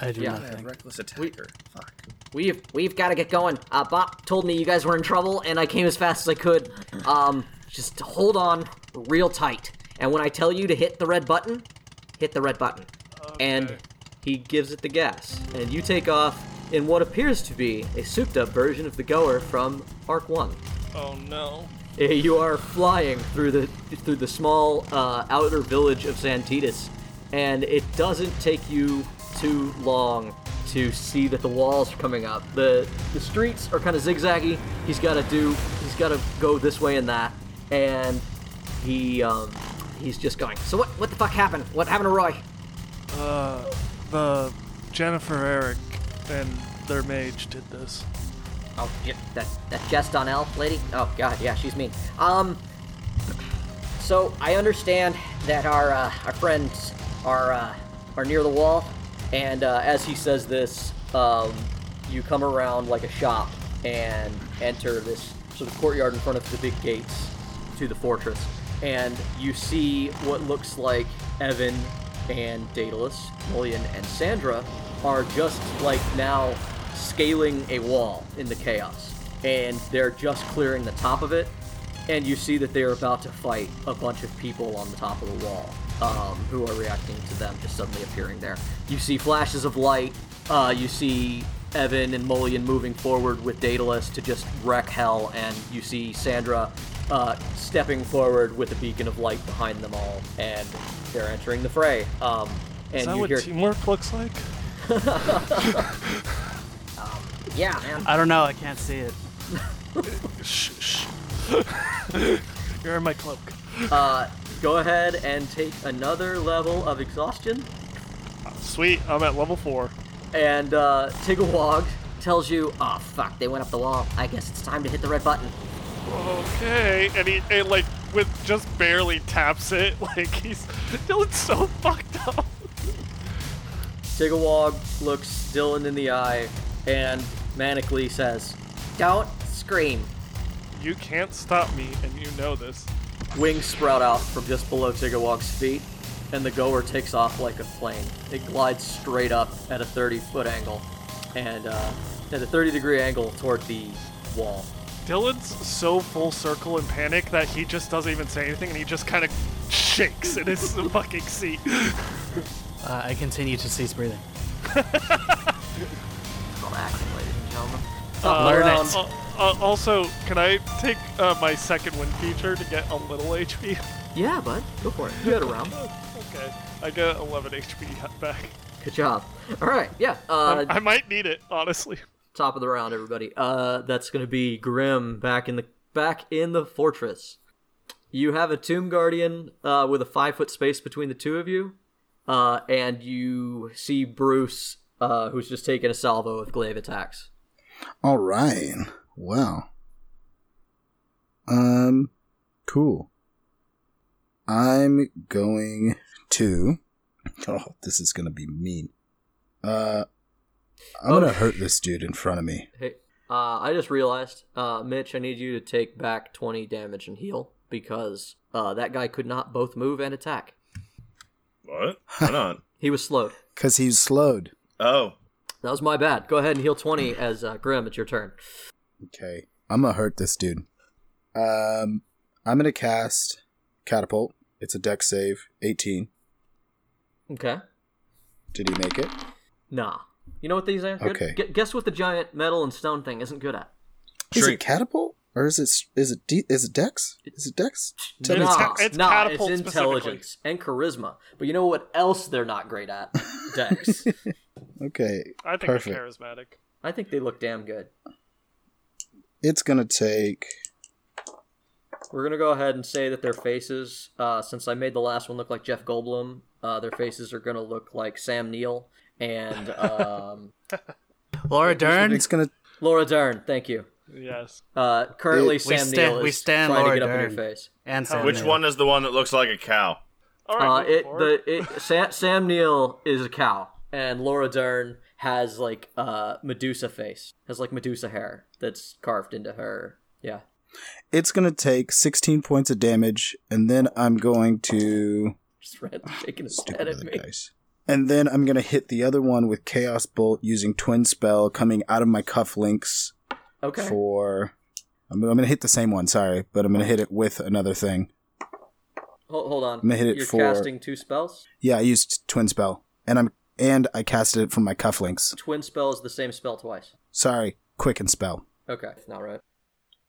Speaker 1: I do
Speaker 2: Yeah.
Speaker 1: nothing.
Speaker 4: Reckless attacker. Fuck.
Speaker 2: We've we've got to get going. Uh, Bop told me you guys were in trouble, and I came as fast as I could. Um, just hold on real tight, and when I tell you to hit the red button, hit the red button. And he gives it the gas, and you take off in what appears to be a souped-up version of the Goer from Arc One.
Speaker 3: Oh no.
Speaker 2: Uh, You are flying through the through the small uh, outer village of Santitas, and it doesn't take you too long to see that the walls are coming up. the The streets are kind of zigzaggy. He's got to do. He's got to go this way and that, and he um, he's just going. So what? What the fuck happened? What happened to Roy?
Speaker 3: Uh, the Jennifer Eric and their mage did this.
Speaker 2: Oh, j- that that Jess Donnell lady. Oh God, yeah, she's mean. Um, so I understand that our uh, our friends are uh, are near the wall, and uh, as he says this, um, you come around like a shop and enter this sort of courtyard in front of the big gates to the fortress, and you see what looks like Evan and Daedalus, Lillian and Sandra are just like now scaling a wall in the chaos, and they're just clearing the top of it and you see that they are about to fight a bunch of people on the top of the wall um, who are reacting to them just suddenly appearing there. You see flashes of light. Uh, you see Evan and Mullion moving forward with Daedalus to just wreck hell, and you see Sandra uh, stepping forward with a beacon of light behind them all, and they're entering the fray. Um, and
Speaker 3: Is that
Speaker 2: you
Speaker 3: what
Speaker 2: hear
Speaker 3: teamwork looks like?
Speaker 6: Yeah, man.
Speaker 1: I don't know. I can't see it.
Speaker 3: Shh, shh. You're in my cloak.
Speaker 2: Uh, go ahead and take another level of exhaustion.
Speaker 3: Sweet, I'm at level four.
Speaker 2: And uh, Tigawog tells you, oh fuck, they went up the wall. I guess it's time to hit the red button.
Speaker 3: Okay, and he and like with just barely taps it. <laughs> Like he's Dylan's so fucked up.
Speaker 2: Tigawog looks Dylan in the eye and manically says, Don't scream.
Speaker 3: You can't stop me, and you know this.
Speaker 2: Wings sprout out from just below Tigawog's feet, and the goer takes off like a plane. It glides straight up at a 30 foot angle, and uh, at a 30 degree angle toward the wall.
Speaker 3: Dylan's so full circle in panic that he just doesn't even say anything, and he just kind of shakes in his <laughs> fucking seat.
Speaker 1: Uh, I continue to cease breathing.
Speaker 2: It's called action, ladies and gentlemen.
Speaker 1: Learn
Speaker 2: around.
Speaker 1: it.
Speaker 3: Uh, uh, also, can I take uh, my second wind feature to get a little HP?
Speaker 2: Yeah, bud, go for it. You had a round.
Speaker 3: okay, I get 11 HP <laughs> back.
Speaker 2: Good job. All right, yeah. Uh,
Speaker 3: I might need it, honestly.
Speaker 2: top of the round, everybody. Uh, that's gonna be Grim back in the back in the fortress. You have a tomb guardian uh, with a five foot space between the two of you, uh, and you see Bruce, uh, who's just taking a salvo with glaive attacks.
Speaker 5: All right. Wow. Um, cool. I'm going to. <laughs> Oh, this is gonna be mean. Uh, I'm
Speaker 2: Oh.
Speaker 5: gonna hurt this dude in front of me.
Speaker 2: Hey, uh, I just realized, uh, Mitch, I need you to take back twenty damage and heal because uh, that guy could not both move and attack.
Speaker 4: What?
Speaker 2: <laughs>
Speaker 4: Why not?
Speaker 2: He was slowed.
Speaker 5: Cause he's slowed.
Speaker 4: Oh,
Speaker 2: That was my bad. Go ahead and heal twenty as uh, Grim. It's your turn.
Speaker 5: Okay. I'm gonna hurt this dude. Um, I'm gonna cast catapult. It's a deck save. 18.
Speaker 2: Okay.
Speaker 5: Did he make it?
Speaker 2: Nah. You know what these aren't good?
Speaker 5: Okay.
Speaker 2: Gu- guess what the giant metal and stone thing isn't good at?
Speaker 5: Is it
Speaker 4: Shrink.
Speaker 5: catapult or is it is it de- is it dex? Is it dex? Tell me
Speaker 3: It's
Speaker 5: it's
Speaker 2: nah,
Speaker 3: ca-
Speaker 5: dex.
Speaker 3: it's
Speaker 2: nah,
Speaker 3: catapult
Speaker 2: it's intelligence and charisma. But you know what else they're not great at? Dex.
Speaker 5: Okay.
Speaker 3: I think
Speaker 5: perfect.
Speaker 3: they're charismatic.
Speaker 2: I think they look damn good.
Speaker 5: It's gonna take.
Speaker 2: We're gonna go ahead and say that their faces, uh, since I made the last one look like Jeff Goldblum, uh, their faces are gonna look like Sam Neill and um,
Speaker 1: Laura Dern.
Speaker 5: It's gonna.
Speaker 2: Laura Dern. Thank you.
Speaker 3: Yes.
Speaker 2: Uh, currently,
Speaker 1: we
Speaker 2: Sam
Speaker 1: stand-
Speaker 2: Neill
Speaker 1: we
Speaker 2: is
Speaker 1: stand
Speaker 2: trying to
Speaker 1: Laura
Speaker 2: get up in
Speaker 1: Dern.
Speaker 2: your face.
Speaker 1: And
Speaker 2: Oh,
Speaker 1: Sam
Speaker 4: which
Speaker 1: Neill.
Speaker 4: one is the one that looks like a cow?
Speaker 3: All right.
Speaker 2: Uh,
Speaker 3: moving
Speaker 2: it
Speaker 3: forward.
Speaker 2: the it Sam, Sam Neill is a cow, and Laura Dern has like uh Medusa face, has like Medusa hair that's carved into her. Yeah,
Speaker 5: It's gonna take 16 points of damage, and then I'm going to.
Speaker 2: just <laughs> ran shaking his
Speaker 5: Stupid
Speaker 2: head at
Speaker 5: other
Speaker 2: me.
Speaker 5: dice. And then I'm gonna hit the other one with chaos bolt using twin spell coming out of my cufflinks
Speaker 2: Okay,
Speaker 5: for. I'm, I'm gonna hit the same one. Sorry, but I'm gonna hit it with another thing.
Speaker 2: hold, hold on.
Speaker 5: I'm gonna hit it
Speaker 2: You're
Speaker 5: for-
Speaker 2: casting two spells.
Speaker 5: Yeah, I used twin spell, and I'm and I casted it from my cufflinks.
Speaker 2: Twin spell is the same spell twice.
Speaker 5: Sorry, quicken spell,
Speaker 2: Okay, it's not right.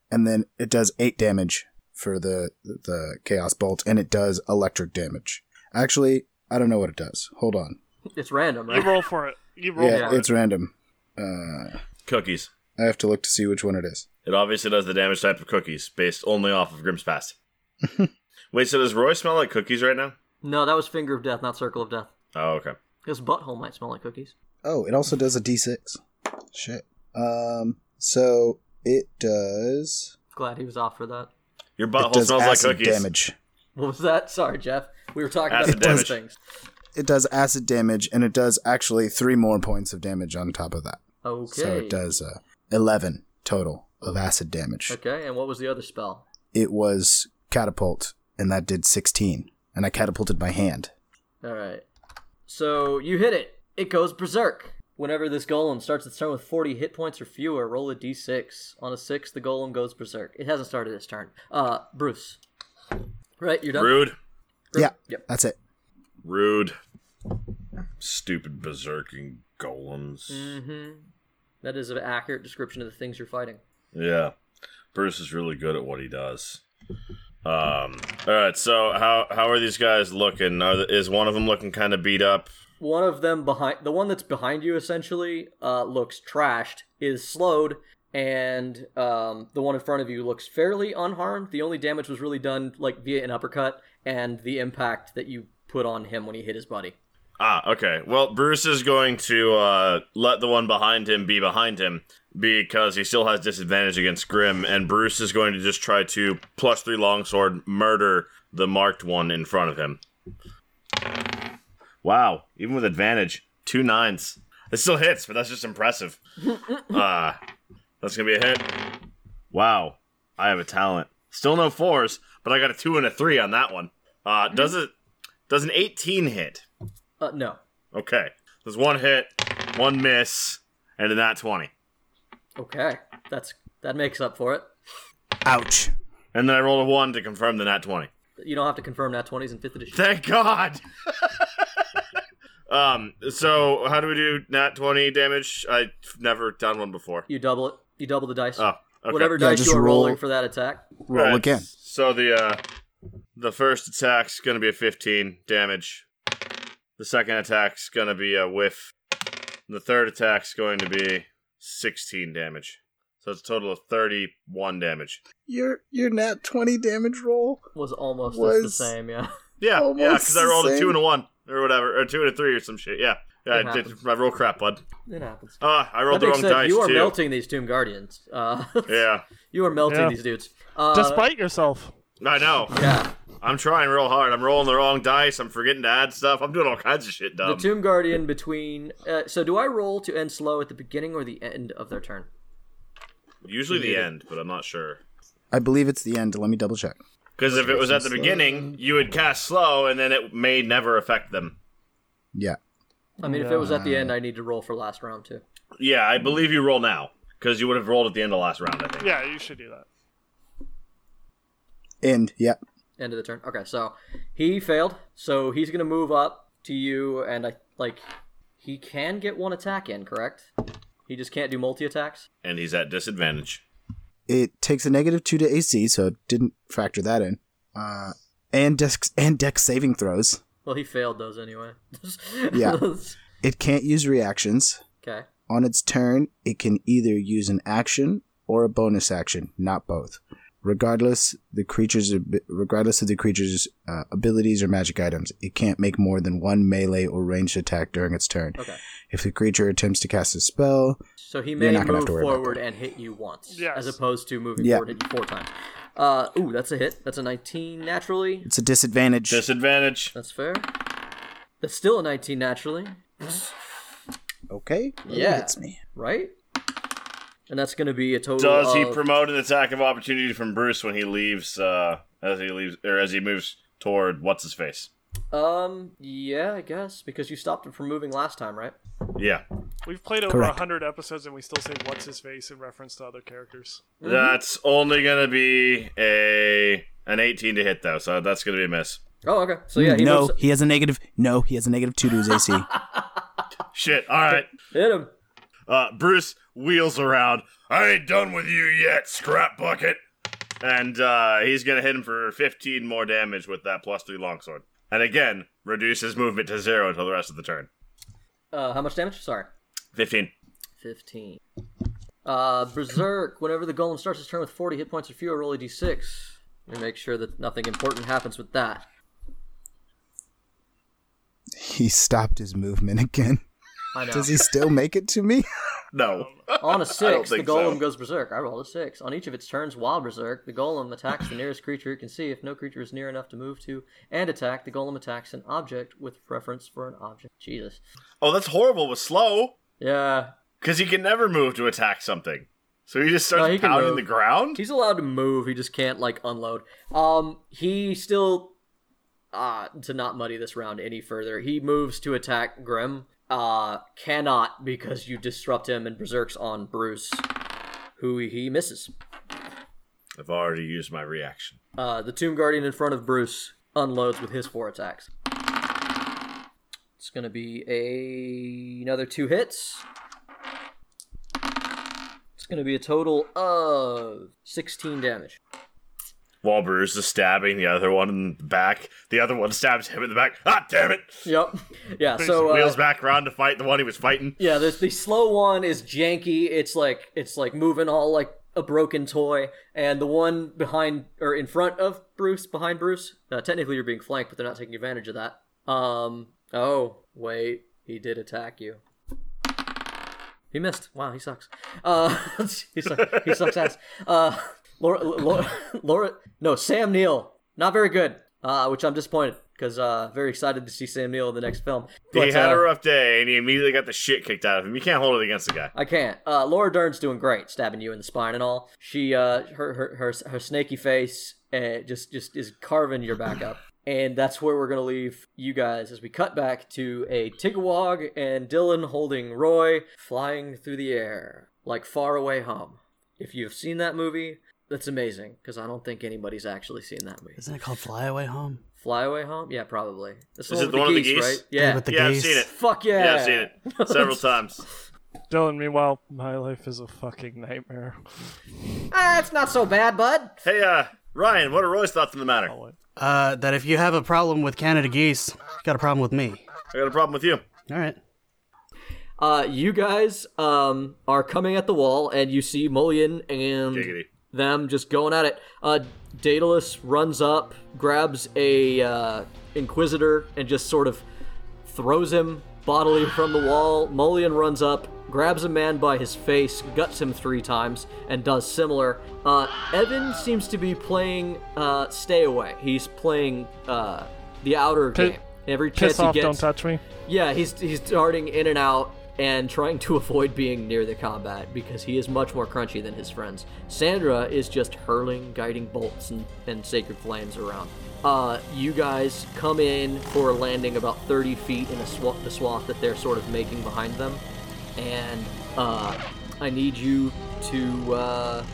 Speaker 5: and then it does eight damage for the the chaos bolt, and it does electric damage. Actually, I don't know what it does. Hold on.
Speaker 2: <laughs> It's random,
Speaker 3: You
Speaker 2: right?
Speaker 3: roll for it. You roll
Speaker 5: yeah,
Speaker 3: for it.
Speaker 5: it's random. Uh,
Speaker 4: Cookies.
Speaker 5: I have to look to see which one it is.
Speaker 4: It obviously does the damage type of cookies, based only off of
Speaker 2: <laughs>
Speaker 4: Grimm's past. Wait, so does Roy smell like cookies right now?
Speaker 2: No, that was finger of death, not circle of death.
Speaker 4: Oh, okay.
Speaker 2: His butthole might smell like cookies.
Speaker 5: Oh, it also does a d6. Shit. Um, so it does.
Speaker 2: Glad he was off for that.
Speaker 4: Your
Speaker 5: It
Speaker 4: butthole
Speaker 5: does
Speaker 4: smells like
Speaker 5: acid
Speaker 4: cookies.
Speaker 5: damage.
Speaker 2: What was that? <laughs> Sorry, Jeff. We were talking
Speaker 4: Acid
Speaker 2: about those
Speaker 4: damage.
Speaker 2: things.
Speaker 5: It does acid damage, and it does actually three more points of damage on top of that.
Speaker 2: Okay.
Speaker 5: So it does uh, eleven total of acid damage.
Speaker 2: Okay, and what was the other spell?
Speaker 5: It was catapult, and that did sixteen. And I catapulted my hand.
Speaker 2: All right. So you hit it. It goes berserk. Whenever this golem starts its turn with 40 hit points or fewer, roll a d6. On a 6, the golem goes berserk. It hasn't started its turn. Uh, Bruce. Right, you're done?
Speaker 4: Rude.
Speaker 5: Yeah,
Speaker 2: Yep.
Speaker 5: that's it.
Speaker 4: Rude. Stupid berserking golems.
Speaker 2: Mm-hmm. That is an accurate description of the things you're fighting.
Speaker 4: Yeah. Bruce is really good at what he does. Um. All right. So how how are these guys looking? Are the, is one of them looking kind of beat up?
Speaker 2: one of them behind the one that's behind you essentially uh, looks trashed, is slowed, and um, the one in front of you looks fairly unharmed. The only damage was really done like via an uppercut and the impact that you put on him when he hit his buddy.
Speaker 4: Ah, okay. Well, Bruce is going to uh, let the one behind him be behind him because he still has disadvantage against Grim, and Bruce is going to just try to plus three longsword murder the marked one in front of him. Wow, even with advantage, two nines. It still hits, but that's just impressive. uh, that's gonna be a hit. Wow, I have a talent. Still no fours, but I got a two and a three on that one. Uh, does it? Does an eighteen hit?
Speaker 2: Uh, no.
Speaker 4: Okay. There's one hit, one miss, and a nat 20.
Speaker 2: Okay, that's that makes up for it.
Speaker 5: Ouch.
Speaker 4: And then I rolled a 1 to confirm the nat 20.
Speaker 2: You don't have to confirm that twenties in fifth edition.
Speaker 4: Thank God! <laughs> um, so how do we do nat 20 damage? I've never done one before.
Speaker 2: You double it. You double the dice.
Speaker 4: Oh, okay.
Speaker 2: Whatever
Speaker 5: Yeah,
Speaker 2: dice
Speaker 5: just
Speaker 2: you are
Speaker 5: roll-
Speaker 2: rolling for that attack.
Speaker 5: Roll
Speaker 4: Alright,
Speaker 5: again.
Speaker 4: So the, uh, the first attack's gonna be a 15 damage. The second attack's gonna be a whiff. The third attack's going to be 16 damage. So it's a total of 31 damage.
Speaker 5: Your your nat twenty damage roll.
Speaker 2: Was almost as the
Speaker 5: Was-
Speaker 2: same, yeah. <laughs>
Speaker 4: Yeah,
Speaker 5: Almost
Speaker 4: yeah, because I
Speaker 5: the
Speaker 4: rolled a two
Speaker 5: same.
Speaker 4: and a one or whatever, or two and a three or some shit. Yeah, yeah,
Speaker 2: It
Speaker 4: I did.
Speaker 2: happens.
Speaker 4: I roll crap, bud.
Speaker 2: It happens.
Speaker 4: Ah, I rolled
Speaker 2: that
Speaker 4: the
Speaker 2: being
Speaker 4: wrong
Speaker 2: said,
Speaker 4: dice
Speaker 2: you are
Speaker 4: too.
Speaker 2: melting these Tomb Guardians. Uh, <laughs>
Speaker 4: Yeah,
Speaker 2: you are melting
Speaker 3: Yeah.
Speaker 2: these dudes. Uh,
Speaker 3: Despite yourself.
Speaker 4: I know.
Speaker 2: yeah,
Speaker 4: I'm trying real hard. I'm rolling the wrong dice. I'm forgetting to add stuff. I'm doing all kinds of shit
Speaker 2: the
Speaker 4: dumb.
Speaker 2: Tomb Guardian between. Uh, so do I roll to end slow at the beginning or the end of their turn?
Speaker 4: Usually the end, but I'm not sure.
Speaker 5: I believe it's the end. Let me double check.
Speaker 4: Because if it was at the beginning, you would cast slow, and then it may never affect them.
Speaker 5: Yeah.
Speaker 2: I mean, if it was at the end, I need to roll for last round too.
Speaker 4: Yeah, I believe you roll now because you would have rolled at the end of last round. I think.
Speaker 3: Yeah, you should do that.
Speaker 5: End. Yeah.
Speaker 2: End of the turn. Okay, so he failed, so he's gonna move up to you, and I like he can get one attack in, correct? He just can't do multi attacks.
Speaker 4: And he's at disadvantage.
Speaker 5: It takes a negative two to AC, so it didn't factor that in. Uh, and dex and dex saving throws.
Speaker 2: Well, he failed those anyway. <laughs>
Speaker 5: Yeah. It can't use reactions
Speaker 2: okay.
Speaker 5: on its turn. It can either use an action or a bonus action, not both. Regardless the creature's ab- regardless of the creature's uh, abilities or magic items, it can't make more than one melee or ranged attack during its turn.
Speaker 2: Okay.
Speaker 5: If the creature attempts to cast a spell,
Speaker 2: So he may
Speaker 5: not gonna have
Speaker 2: move
Speaker 5: to worry about
Speaker 2: forward
Speaker 5: that.
Speaker 2: and hit you once,
Speaker 3: Yes.
Speaker 2: as opposed to moving
Speaker 5: Yeah.
Speaker 2: forward and hit you four times. Uh, ooh, that's a hit. That's a 19 naturally.
Speaker 5: it's a disadvantage.
Speaker 4: Disadvantage.
Speaker 2: That's fair. That's still a 19 naturally,
Speaker 5: okay.
Speaker 2: Yeah.
Speaker 5: Hits me.
Speaker 2: right? And that's going to be a total.
Speaker 4: Does he
Speaker 2: of-
Speaker 4: promote an attack of opportunity from Bruce when he leaves? Uh, as he leaves, or as he moves toward what's his face?
Speaker 2: Um, yeah, I guess because you stopped him from moving last time, right?
Speaker 4: Yeah,
Speaker 3: We've played over a
Speaker 5: Correct.
Speaker 3: hundred episodes and we still say what's his face in reference to other characters.
Speaker 4: that's only gonna be a an eighteen to hit though, so that's gonna be a miss.
Speaker 2: Oh, okay. So yeah, he
Speaker 5: no,
Speaker 2: moves-
Speaker 5: he has a negative. No, he has a negative two to
Speaker 2: <laughs>
Speaker 5: his AC.
Speaker 4: Shit. All right,
Speaker 2: hit him.
Speaker 4: uh, Bruce wheels around. I ain't done with you yet, scrap bucket. And uh, he's gonna hit him for fifteen more damage with that plus three longsword, and again reduce his movement to zero until the rest of the turn.
Speaker 2: Uh, how much damage? Sorry,
Speaker 4: Fifteen.
Speaker 2: fifteen. Uh, berserk. Whenever the golem starts his turn with forty hit points or fewer, roll a d6 and make sure that nothing important happens with that.
Speaker 5: he stopped his movement again.
Speaker 2: I know.
Speaker 5: Does he still make it to me?
Speaker 4: No. <laughs>
Speaker 2: On a six, the
Speaker 4: think
Speaker 2: golem
Speaker 4: so.
Speaker 2: goes berserk. I rolled a six. On each of its turns while berserk, the golem attacks the nearest creature it can see. If no creature is near enough to move to and attack, the golem attacks an object with preference for an object. Jesus.
Speaker 4: Oh, that's horrible. With slow.
Speaker 2: Yeah,
Speaker 4: Because he can never move to attack something. So he just starts
Speaker 2: No, he can
Speaker 4: pounding
Speaker 2: move.
Speaker 4: the ground?
Speaker 2: He's allowed to move. He just can't like unload. Um, he still, uh, to not muddy this round any further, he moves to attack Grim. Uh, cannot because you disrupt him and berserks on Bruce, who he misses.
Speaker 4: I've already used my reaction.
Speaker 2: Uh, the Tomb Guardian in front of Bruce unloads with his four attacks. It's gonna be a... another two hits. It's gonna be a total of sixteen damage.
Speaker 4: While Bruce is stabbing the other one in the back, the other one stabs him in the back. Ah, damn it!
Speaker 2: Yep. Yeah.
Speaker 4: Bruce
Speaker 2: So uh,
Speaker 4: wheels back around to fight the one he was fighting.
Speaker 2: Yeah, there's the slow one is janky. It's like it's like moving all like a broken toy, and the one behind or in front of Bruce, behind Bruce. Uh, technically, you're being flanked, but they're not taking advantage of that. Um. Oh wait, he did attack you. He missed. Wow, he sucks. Uh, <laughs> he, suck, he sucks ass. Uh, Laura, Laura, Laura, no, Sam Neill, not very good. Uh, which I'm disappointed because uh, very excited to see Sam Neill in the next film.
Speaker 4: he
Speaker 2: But,
Speaker 4: had
Speaker 2: uh,
Speaker 4: a rough day, and he immediately got the shit kicked out of him. You can't hold it against the guy.
Speaker 2: I can't. Uh, Laura Dern's doing great, stabbing you in the spine and all. She, uh, her, her, her, her snaky face, uh, just, just is carving your back
Speaker 1: <sighs>
Speaker 2: up. And that's where we're gonna leave you guys as we cut back to a Tigawog and Dylan holding Roy flying through the air like far away home. If you've seen that movie, that's amazing because I don't think anybody's actually seen that movie.
Speaker 1: Isn't it called Fly Away Home?
Speaker 2: Fly away home? Yeah, probably. That's
Speaker 4: Is it
Speaker 2: with
Speaker 4: the one with the geese?
Speaker 2: right? Yeah.
Speaker 1: With the
Speaker 4: yeah,
Speaker 1: gaze.
Speaker 4: I've seen it.
Speaker 2: Fuck yeah.
Speaker 4: Yeah, I've
Speaker 2: <laughs>
Speaker 4: seen it several times.
Speaker 3: Dylan, meanwhile, my life is a fucking nightmare.
Speaker 2: Ah, it's not so bad, bud.
Speaker 4: Hey, uh, Ryan, what are Roy's thoughts on the matter?
Speaker 2: Oh,
Speaker 1: Uh, that if you have a problem with Canada geese, you got a problem with me.
Speaker 4: I got a problem with you.
Speaker 1: All right.
Speaker 2: Uh, you guys um, are coming at the wall, and you see Mullion and
Speaker 4: Giggity.
Speaker 2: them just going at it. Uh, Daedalus runs up, grabs a uh, Inquisitor, and just sort of throws him bodily from the wall. Mullion runs up, grabs a man by his face, guts him three times, and does similar. Uh, Evan seems to be playing uh, Stay Away. He's playing uh, the outer
Speaker 3: Pi-
Speaker 2: game. Every chance
Speaker 3: Piss
Speaker 2: he
Speaker 3: off,
Speaker 2: gets,
Speaker 3: don't touch me.
Speaker 2: yeah, he's he's darting in and out and trying to <laughs> avoid being near the combat because he is much more crunchy than his friends. Sandra is just hurling guiding bolts and, and sacred flames around. Uh, you guys come in for a landing about 30 feet in a swath, the swath that they're sort of making behind them, and uh, I need you to uh,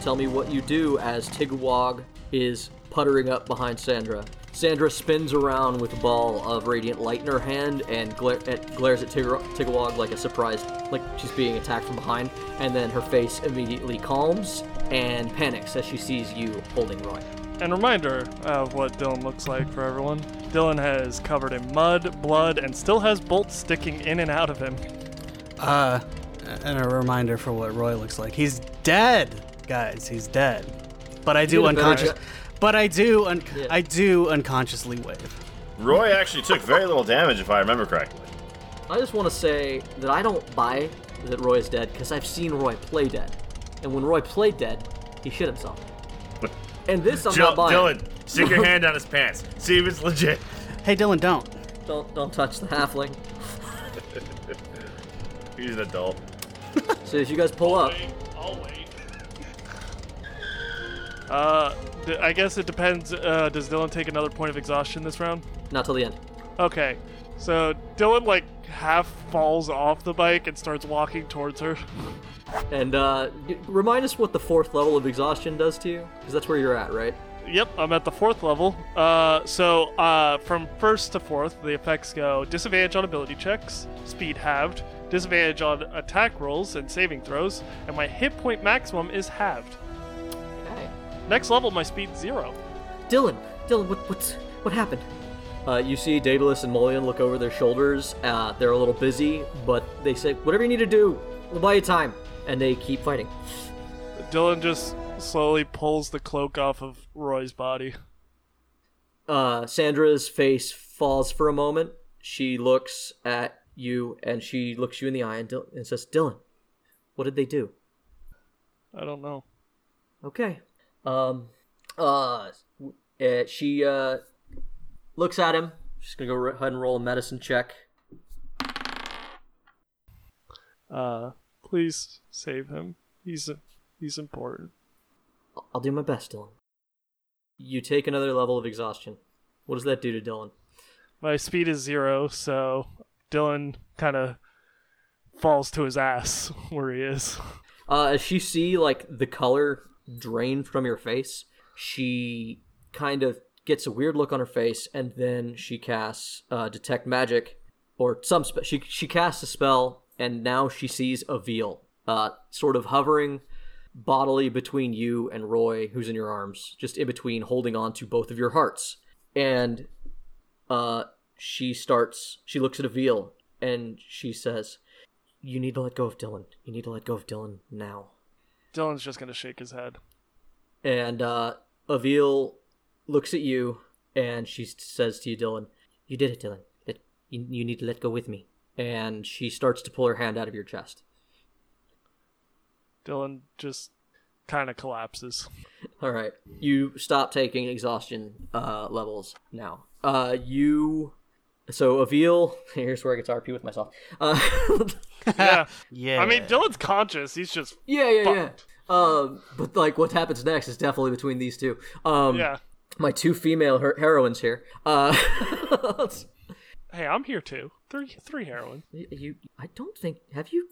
Speaker 2: tell me what you do as Tigawog is puttering up behind Sandra. Sandra spins around with a ball of radiant light in her hand and glare at, glares at Tigger- Tigawog like a surprised, like she's being attacked from behind, and then her face immediately calms and panics as she sees you holding Roy.
Speaker 3: And reminder of what Dylan looks like for everyone. Dylan has covered in mud, blood, and still has bolts sticking in and out of him.
Speaker 1: Uh, and a reminder for what Roy looks like. He's dead, guys. He's dead. But I do
Speaker 2: did a better
Speaker 1: unconscious.
Speaker 2: jo-
Speaker 1: But I do un-
Speaker 2: Yeah.
Speaker 1: I do unconsciously wave.
Speaker 4: Roy actually took very little damage, if I remember correctly.
Speaker 2: I just want to say that I don't buy that Roy is dead because I've seen Roy play dead, and when Roy played dead, he shit
Speaker 4: <laughs>
Speaker 2: himself. And this I'm not
Speaker 4: Jill-
Speaker 2: buying.
Speaker 4: Dylan, stick your hand down his pants. See if it's legit.
Speaker 1: Hey, Dylan, don't.
Speaker 2: Don't don't touch the halfling.
Speaker 4: He's an adult.
Speaker 2: So as you guys pull up,
Speaker 3: I'll wait. Uh, d- I guess it depends. Uh, does Dylan take another point of exhaustion this round?
Speaker 2: not till the end.
Speaker 3: Okay. So Dylan like half falls off the bike and starts walking towards her. <laughs>
Speaker 2: And uh, y- remind us what the fourth level of exhaustion does to you, because that's where you're at, right?
Speaker 3: Yep, I'm at the fourth level. Uh, so uh, from first to fourth, the effects go disadvantage on ability checks, speed halved, disadvantage on attack rolls and saving throws, and my hit point maximum is halved.
Speaker 2: Okay.
Speaker 3: Next level, my speed zero.
Speaker 2: Dylan, Dylan, what what's what happened? Uh, you see Daedalus and Mullion look over their shoulders. Uh, they're a little busy, but they say, "Whatever you need to do, we'll buy you time." And they keep fighting.
Speaker 3: Dylan just slowly pulls the cloak off of Roy's body.
Speaker 2: uh, Sandra's face falls for a moment. She looks at you and she looks you in the eye and, Dil- and says, Dylan, what did they do?
Speaker 3: I don't know.
Speaker 2: Okay. Um, uh, w- uh, she uh, looks at him. She's going to go ri- ahead and roll a medicine check.
Speaker 3: Uh, please save him. He's he's important.
Speaker 2: I'll- I'll do my best, Dylan. You take another level of exhaustion. What does that do to Dylan?
Speaker 3: My speed is zero, so Dylan kind of falls to his ass <laughs> where he is.
Speaker 2: Uh, as she see like the color drain from your face, she kind of gets a weird look on her face, and then she casts uh, detect magic or some. Spe- she she casts a spell, and now she sees a veal, uh, sort of hovering bodily between you and Roy, who's in your arms, just in between, holding on to both of your hearts. And uh, she starts, she looks at Avil and she says, You need to let go of Dylan. You need to let go of Dylan now.
Speaker 3: Dylan's just gonna shake his head.
Speaker 2: And uh, Avil looks at you and she says to you, Dylan, You did it, Dylan. That- You, you need to let go with me. And she starts to pull her hand out of your chest.
Speaker 3: Dylan just kind of collapses.
Speaker 2: All right. You stop taking exhaustion uh, levels now. Uh, you. So, Avil. <laughs> Here's where I get to RP with myself. Uh, <laughs>
Speaker 3: Yeah.
Speaker 1: Yeah.
Speaker 3: I mean, Dylan's conscious. He's just
Speaker 2: yeah, yeah, yeah. Um, but, like, what happens next is definitely between these two. Um,
Speaker 3: yeah.
Speaker 2: my two female her- heroines here. Uh, <laughs>
Speaker 3: Hey, I'm here too. Three, three heroin.
Speaker 2: you, I don't think have you.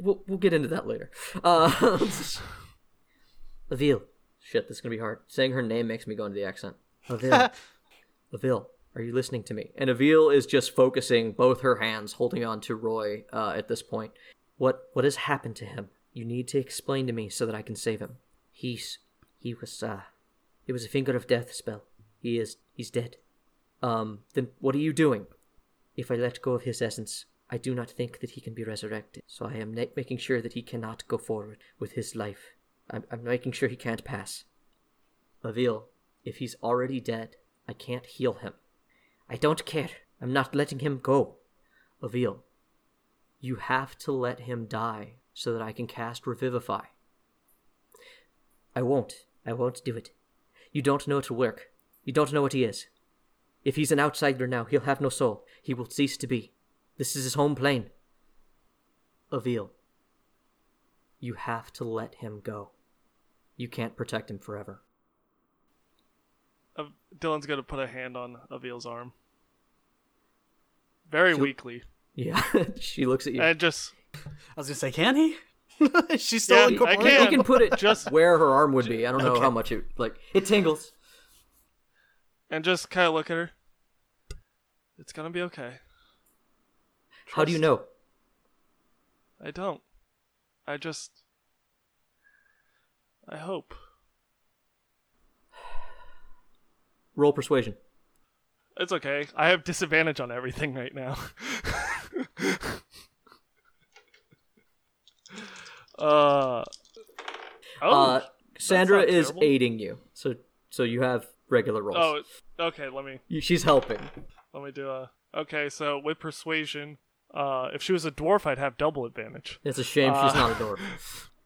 Speaker 2: We'll, we'll get into that later. Uh, <laughs> Avil, shit, this is gonna be hard. Saying her name makes me go into the accent. Avil, Avil, are you listening to me? And Avil is just focusing both her hands, holding on to Roy uh, at this point. What what has happened to him? You need to explain to me so that I can save him. He's he was uh, it was a finger of death spell. He is he's dead. Um, then what are you doing? If I let go of his essence, I do not think that he can be resurrected, so I am na- making sure that he cannot go forward with his life. I'm, I'm making sure he can't pass. Avil, if he's already dead, I can't heal him. I don't care. I'm not letting him go. Avil, you have to let him die so that I can cast Revivify. I won't. I won't do it. You don't know it'll work. You don't know what he is. If he's an outsider now, he'll have no soul. He will cease to be. This is his home plane. Avil, you have to let him go. You can't protect him forever.
Speaker 3: Uh, Dylan's gonna put a hand on Avil's arm, very weakly,
Speaker 2: Yeah, <laughs> she looks at you.
Speaker 3: and just
Speaker 1: I was gonna say, can he? <laughs> She's still
Speaker 3: Yeah, I
Speaker 1: incorporeal.
Speaker 3: can.
Speaker 2: you can put it
Speaker 3: Just-
Speaker 2: just where her arm would be. I don't know how much it like it tingles.
Speaker 3: and just kind of look at her. It's gonna be okay.
Speaker 2: How do you
Speaker 3: Trust.
Speaker 2: know?
Speaker 3: I don't. I just. I hope.
Speaker 2: Roll persuasion.
Speaker 3: It's okay. I have disadvantage on everything right now. <laughs> uh. Oh.
Speaker 2: uh, Sandra
Speaker 3: not
Speaker 2: is
Speaker 3: terrible.
Speaker 2: aiding you, so so you have regular rolls.
Speaker 3: oh. Okay. Let me.
Speaker 2: You- She's helping.
Speaker 3: Let me do a. Okay. So with persuasion, uh, if she was a dwarf, I'd have double advantage.
Speaker 2: It's a shame she's not a
Speaker 3: <laughs>
Speaker 2: door.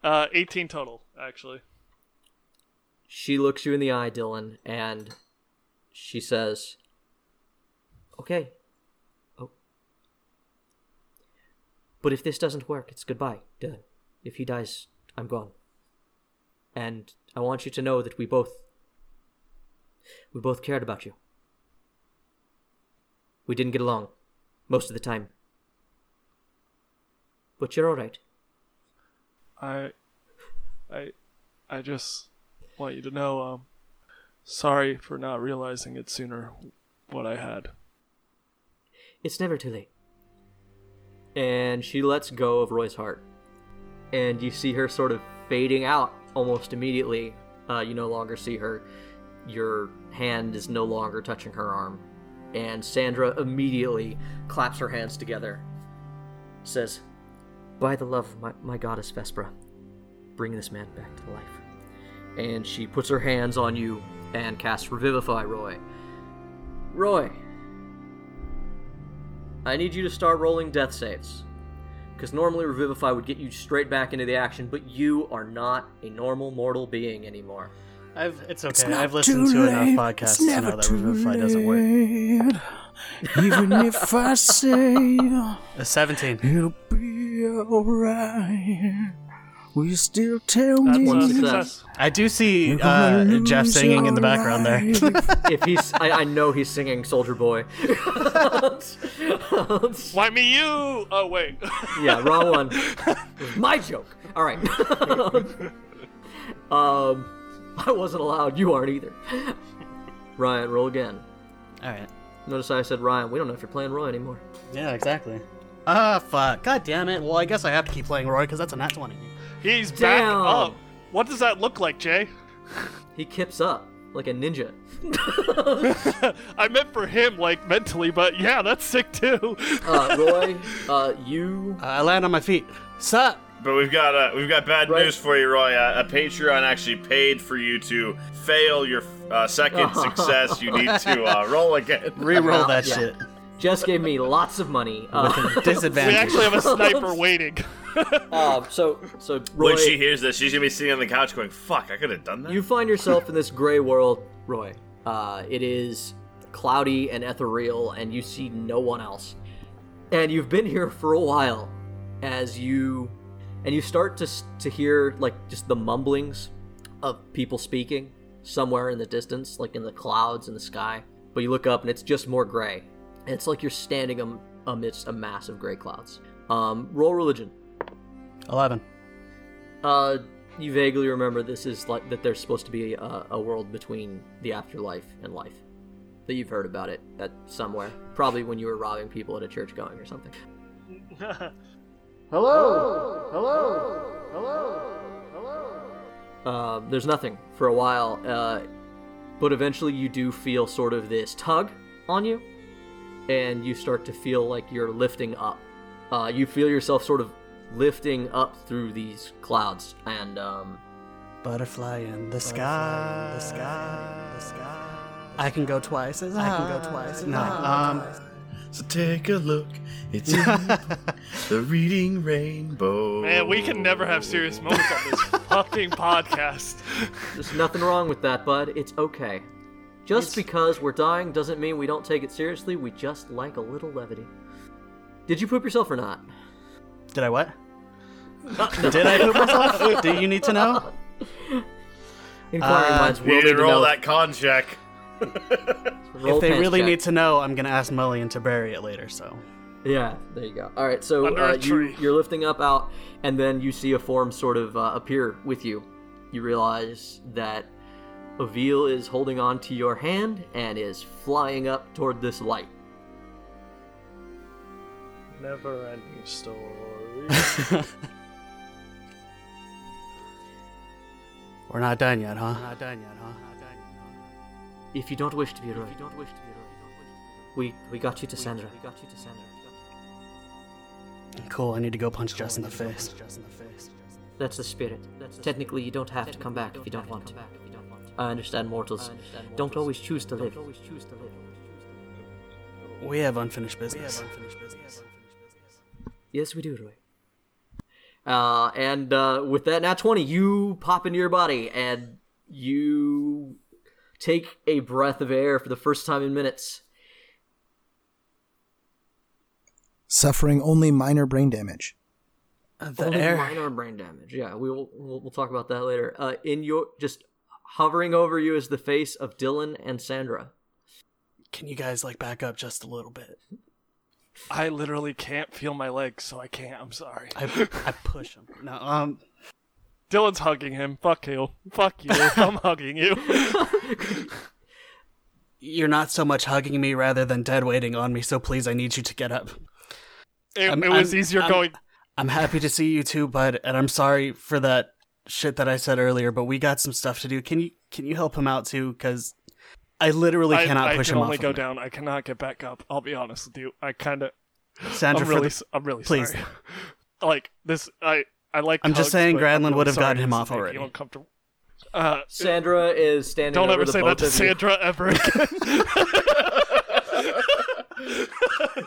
Speaker 3: Uh, 18 total, actually.
Speaker 2: she looks you in the eye, Dylan, and she says, "Okay. Oh. But if this doesn't work, it's goodbye, Dylan. If he dies, I'm gone. And I want you to know that we both we both cared about you. We didn't get along most of the time. But you're all right.
Speaker 3: I, I, I just want you to know. Um, sorry for not realizing it sooner. What I had.
Speaker 2: It's never too late. And she lets go of Roy's heart. And you see her sort of fading out almost immediately. Uh, you no longer see her. Your hand is no longer touching her arm. And Sandra immediately claps her hands together, says, By the love of my, my goddess Vespera, bring this man back to life. And she puts her hands on you and casts Revivify Roy. Roy, I need you to start rolling death saves. Because normally Revivify would get you straight back into the action, but you are not a normal mortal being anymore.
Speaker 1: I've, it's okay.
Speaker 5: It's not
Speaker 1: I've listened
Speaker 5: too
Speaker 1: to enough
Speaker 5: late.
Speaker 1: podcasts
Speaker 5: It's
Speaker 1: to
Speaker 5: never
Speaker 1: know that
Speaker 5: too
Speaker 1: Revivify doesn't work.
Speaker 5: late. Even if I say
Speaker 1: A 17.
Speaker 5: it'll be alright, will you still tell me?
Speaker 2: one
Speaker 3: Uh,
Speaker 2: success.
Speaker 1: I do see
Speaker 5: you're
Speaker 1: uh,
Speaker 5: gonna
Speaker 1: Jeff
Speaker 5: lose
Speaker 1: singing in the
Speaker 5: your
Speaker 1: background there. <laughs>
Speaker 5: life?
Speaker 2: if he's, I, I know he's singing Soldier Boy. <laughs>
Speaker 3: Why me? You? Oh wait. <laughs>
Speaker 2: yeah, wrong one. My joke. All right. <laughs> um, I wasn't allowed. You aren't either. Ryan, roll again.
Speaker 1: All right.
Speaker 2: Notice I said Ryan. We don't know if you're playing Roy anymore.
Speaker 1: Yeah, exactly. Ah, fuck. God damn it. Well, I guess I have to keep playing Roy because that's a nat 20.
Speaker 3: He's back
Speaker 2: Damn.
Speaker 3: up. What does that look like, Jay?
Speaker 2: He kips up like a ninja.
Speaker 3: <laughs> I meant for him, like mentally, but yeah, that's sick too.
Speaker 2: Uh, Roy, uh, you.
Speaker 1: I land on my feet. Sup?
Speaker 4: But we've got uh, we've got bad
Speaker 2: Right.
Speaker 4: news for you, Roy. Uh, a Patreon actually paid for you to fail your uh,
Speaker 2: <laughs>
Speaker 4: second success. You need to uh, roll again.
Speaker 1: <laughs> Reroll that
Speaker 2: Yeah.
Speaker 1: shit.
Speaker 2: Jess gave me lots of money. <laughs>
Speaker 1: <laughs>
Speaker 2: Uh,
Speaker 3: we
Speaker 1: Disadvantage.
Speaker 3: actually have a sniper waiting.
Speaker 2: uh, so, so Roy,
Speaker 4: When she hears this, she's gonna be sitting on the couch going, "Fuck, I could have done that."
Speaker 2: you find yourself in this gray world, Roy. Uh, it is cloudy and ethereal, and you see no one else. And you've been here for a while, as you, and you start to s- to hear like just the mumblings of people speaking somewhere in the distance, like in the clouds in the sky. But you look up, and it's just more gray. And it's like you're standing am- amidst a mass of gray clouds. Um, roll religion.
Speaker 1: 11.
Speaker 2: Uh, you vaguely remember this is like that there's supposed to be a, a world between the afterlife and life. That you've heard about it at somewhere, probably when you were robbing people at a church going or something. Uh, there's nothing for a while, uh, but eventually you do feel sort of this tug on you, and you start to feel like you're lifting up. Uh, you feel yourself sort of lifting up through these clouds, and um,
Speaker 1: Butterfly in the sky. The sky. The sky. I can go twice as I can go twice. No. Um,
Speaker 4: So take a look. It's in <laughs> the reading rainbow.
Speaker 3: Man, we can never have serious moments on this fucking podcast.
Speaker 2: There's nothing wrong with that, bud. It's okay. Just because we're dying doesn't mean we don't take it seriously. We just like a little levity. Did you poop yourself or not?
Speaker 1: did I <laughs> what? did I poop <laughs> myself? Do you need to know?
Speaker 2: Inquiring
Speaker 1: Uh,
Speaker 2: minds will
Speaker 4: You
Speaker 2: need
Speaker 4: need
Speaker 2: to
Speaker 4: to roll
Speaker 2: know.
Speaker 4: that con check.
Speaker 2: Roll
Speaker 1: if they
Speaker 2: pants
Speaker 1: really
Speaker 2: check.
Speaker 1: need to know, I'm gonna ask Mullion to bury it later. So
Speaker 2: Yeah, there you go. All right, so
Speaker 3: Under
Speaker 2: uh,
Speaker 3: a
Speaker 2: you,
Speaker 3: tree.
Speaker 2: you're lifting up out, and then you see a form sort of uh, appear with you. You realize that Avil is holding on to your hand and is flying up toward this light.
Speaker 3: Never ending story.
Speaker 1: we're not done yet, huh? Not done yet, huh?
Speaker 2: If you don't wish to be a Roy, we we got you to Sandra. We got you to Sandra.
Speaker 1: Cool. I need to go punch Jess in the face.
Speaker 2: That's the spirit. Technically, you don't have to come back if you don't want to. I understand mortals don't always choose to live.
Speaker 1: We have unfinished business.
Speaker 2: Yes, we do, Roy. Uh, and uh, with that nat 20, you pop into your body and you take a breath of air for the first time in minutes.
Speaker 5: Suffering only minor brain damage.
Speaker 1: Uh, The
Speaker 2: Only
Speaker 1: air.
Speaker 2: minor brain damage. Yeah, we will. We'll, we'll talk about that later. Uh, in your just hovering over you is the face of Dylan and Sandra.
Speaker 1: Can you guys like back up just a little bit?
Speaker 3: <laughs> I literally can't feel my legs, so I can't. I'm sorry.
Speaker 1: I I push him. No. Um.
Speaker 3: Dylan's hugging him. Fuck you. Fuck
Speaker 1: <laughs>
Speaker 3: you. I'm hugging you.
Speaker 1: You're not so much hugging me rather than dead waiting on me. So please, I need you to get up.
Speaker 3: It,
Speaker 1: I'm-
Speaker 3: it was
Speaker 1: I'm-
Speaker 3: easier
Speaker 1: I'm-
Speaker 3: going.
Speaker 1: I'm happy to see you too, bud, and I'm sorry for that shit that I said earlier, but we got some stuff to do. Can you can you help him out too? Because I literally
Speaker 3: I,
Speaker 1: cannot
Speaker 3: I
Speaker 1: push
Speaker 3: can
Speaker 1: him
Speaker 3: only
Speaker 1: off.
Speaker 3: go
Speaker 1: of me.
Speaker 3: down. I cannot get back up. I'll be honest with you. I kind of. I'm
Speaker 1: Sandra, for
Speaker 3: really.
Speaker 1: the-
Speaker 3: s- I'm really
Speaker 1: please.
Speaker 3: sorry. <laughs> like this. I. I like.
Speaker 1: I'm just
Speaker 3: hugs,
Speaker 1: saying
Speaker 3: but
Speaker 1: Granlund
Speaker 3: I'm really
Speaker 1: would have
Speaker 3: sorry
Speaker 1: gotten him
Speaker 3: this is
Speaker 1: off
Speaker 3: making
Speaker 1: already.
Speaker 3: you Uncomfortable. Uh,
Speaker 2: Sandra is standing.
Speaker 3: don't
Speaker 2: over
Speaker 3: ever
Speaker 2: the
Speaker 3: say
Speaker 2: both
Speaker 3: that to
Speaker 2: of you.
Speaker 3: Sandra ever
Speaker 1: <laughs>
Speaker 3: again.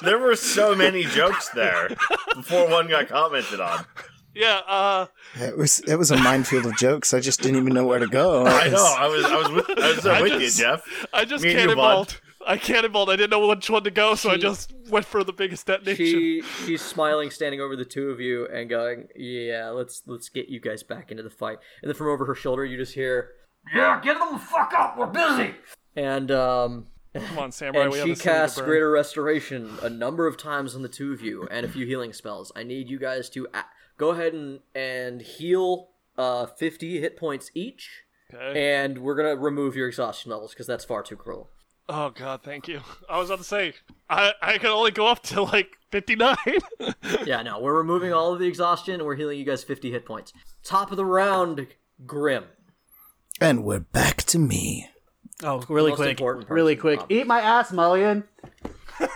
Speaker 4: There were
Speaker 2: <laughs>
Speaker 4: so many jokes there before one got commented on.
Speaker 3: yeah. Uh.
Speaker 5: It was it was a minefield of jokes. I just didn't even know where to
Speaker 4: <laughs>
Speaker 5: go.
Speaker 4: I know. I was. I was with. I was there with
Speaker 3: just-
Speaker 4: you, Jeff.
Speaker 3: I just
Speaker 4: Me and you,
Speaker 3: cannonballed.
Speaker 4: bud.
Speaker 3: I cannonballed. I didn't know which one to go, so I
Speaker 2: She-
Speaker 3: just went for the biggest detonation.
Speaker 2: she she's smiling standing over the two of you and going yeah let's let's get you guys back into the fight and then from over her shoulder you just hear
Speaker 6: Yeah, get them the fuck up. We're busy.
Speaker 2: and um
Speaker 3: Come on, Samurai.
Speaker 2: and
Speaker 3: we
Speaker 2: she
Speaker 3: have a city to
Speaker 2: casts
Speaker 3: burn.
Speaker 2: greater restoration a number of times on the two of you and a few healing spells i need you guys to a- go ahead and and heal uh 50 hit points each
Speaker 3: Okay.
Speaker 2: and we're gonna remove your exhaustion levels because that's far too <laughs> cruel
Speaker 3: Oh god, thank you. I was about to say I I can only go up to like fifty nine.
Speaker 2: yeah no we're removing all of the exhaustion and we're healing you guys 50 hit points top of the round Grim.
Speaker 5: And we're back to me.
Speaker 1: Oh, really
Speaker 2: Most
Speaker 1: quick.
Speaker 2: important person,
Speaker 1: Really quick.
Speaker 2: obviously.
Speaker 1: Eat my ass, Mullion.
Speaker 3: <laughs>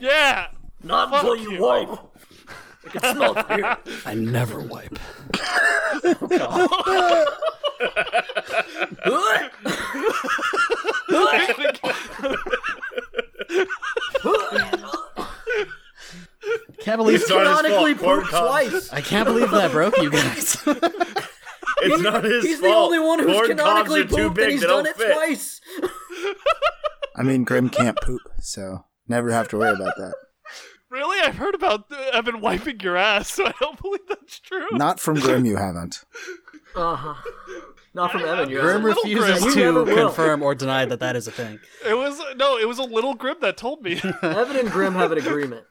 Speaker 3: Yeah.
Speaker 6: Not until you,
Speaker 4: <laughs>
Speaker 6: wipe.
Speaker 2: It can smell it weird.
Speaker 1: I never wipe.
Speaker 2: <laughs>
Speaker 1: Can't believe
Speaker 4: It's not his
Speaker 2: Canonically
Speaker 4: fault. Corn
Speaker 2: pooped
Speaker 4: cob.
Speaker 2: twice.
Speaker 1: I can't believe that broke
Speaker 3: <laughs>
Speaker 1: you guys. <laughs>
Speaker 4: It's not <laughs> his
Speaker 2: He's the
Speaker 4: fault.
Speaker 2: only one who's
Speaker 4: Corn cobs
Speaker 2: canonically
Speaker 4: are too
Speaker 2: pooped,
Speaker 4: big,
Speaker 2: and he's
Speaker 4: they don't
Speaker 2: done it
Speaker 4: fit.
Speaker 2: twice.
Speaker 5: I mean, Grim can't poop, so never have to worry about that.
Speaker 3: Really? I've heard about uh, I've been wiping your ass, so I don't <laughs> believe that's true.
Speaker 5: Not from Grim, you <laughs> haven't.
Speaker 2: Uh huh. Not from Evan. You're
Speaker 1: Grim
Speaker 2: right.
Speaker 1: refuses
Speaker 2: grim. We never
Speaker 1: to
Speaker 2: will.
Speaker 1: confirm or deny that that is a thing.
Speaker 3: It was no, it was a little grim that told me.
Speaker 2: Evan and Grim have an agreement.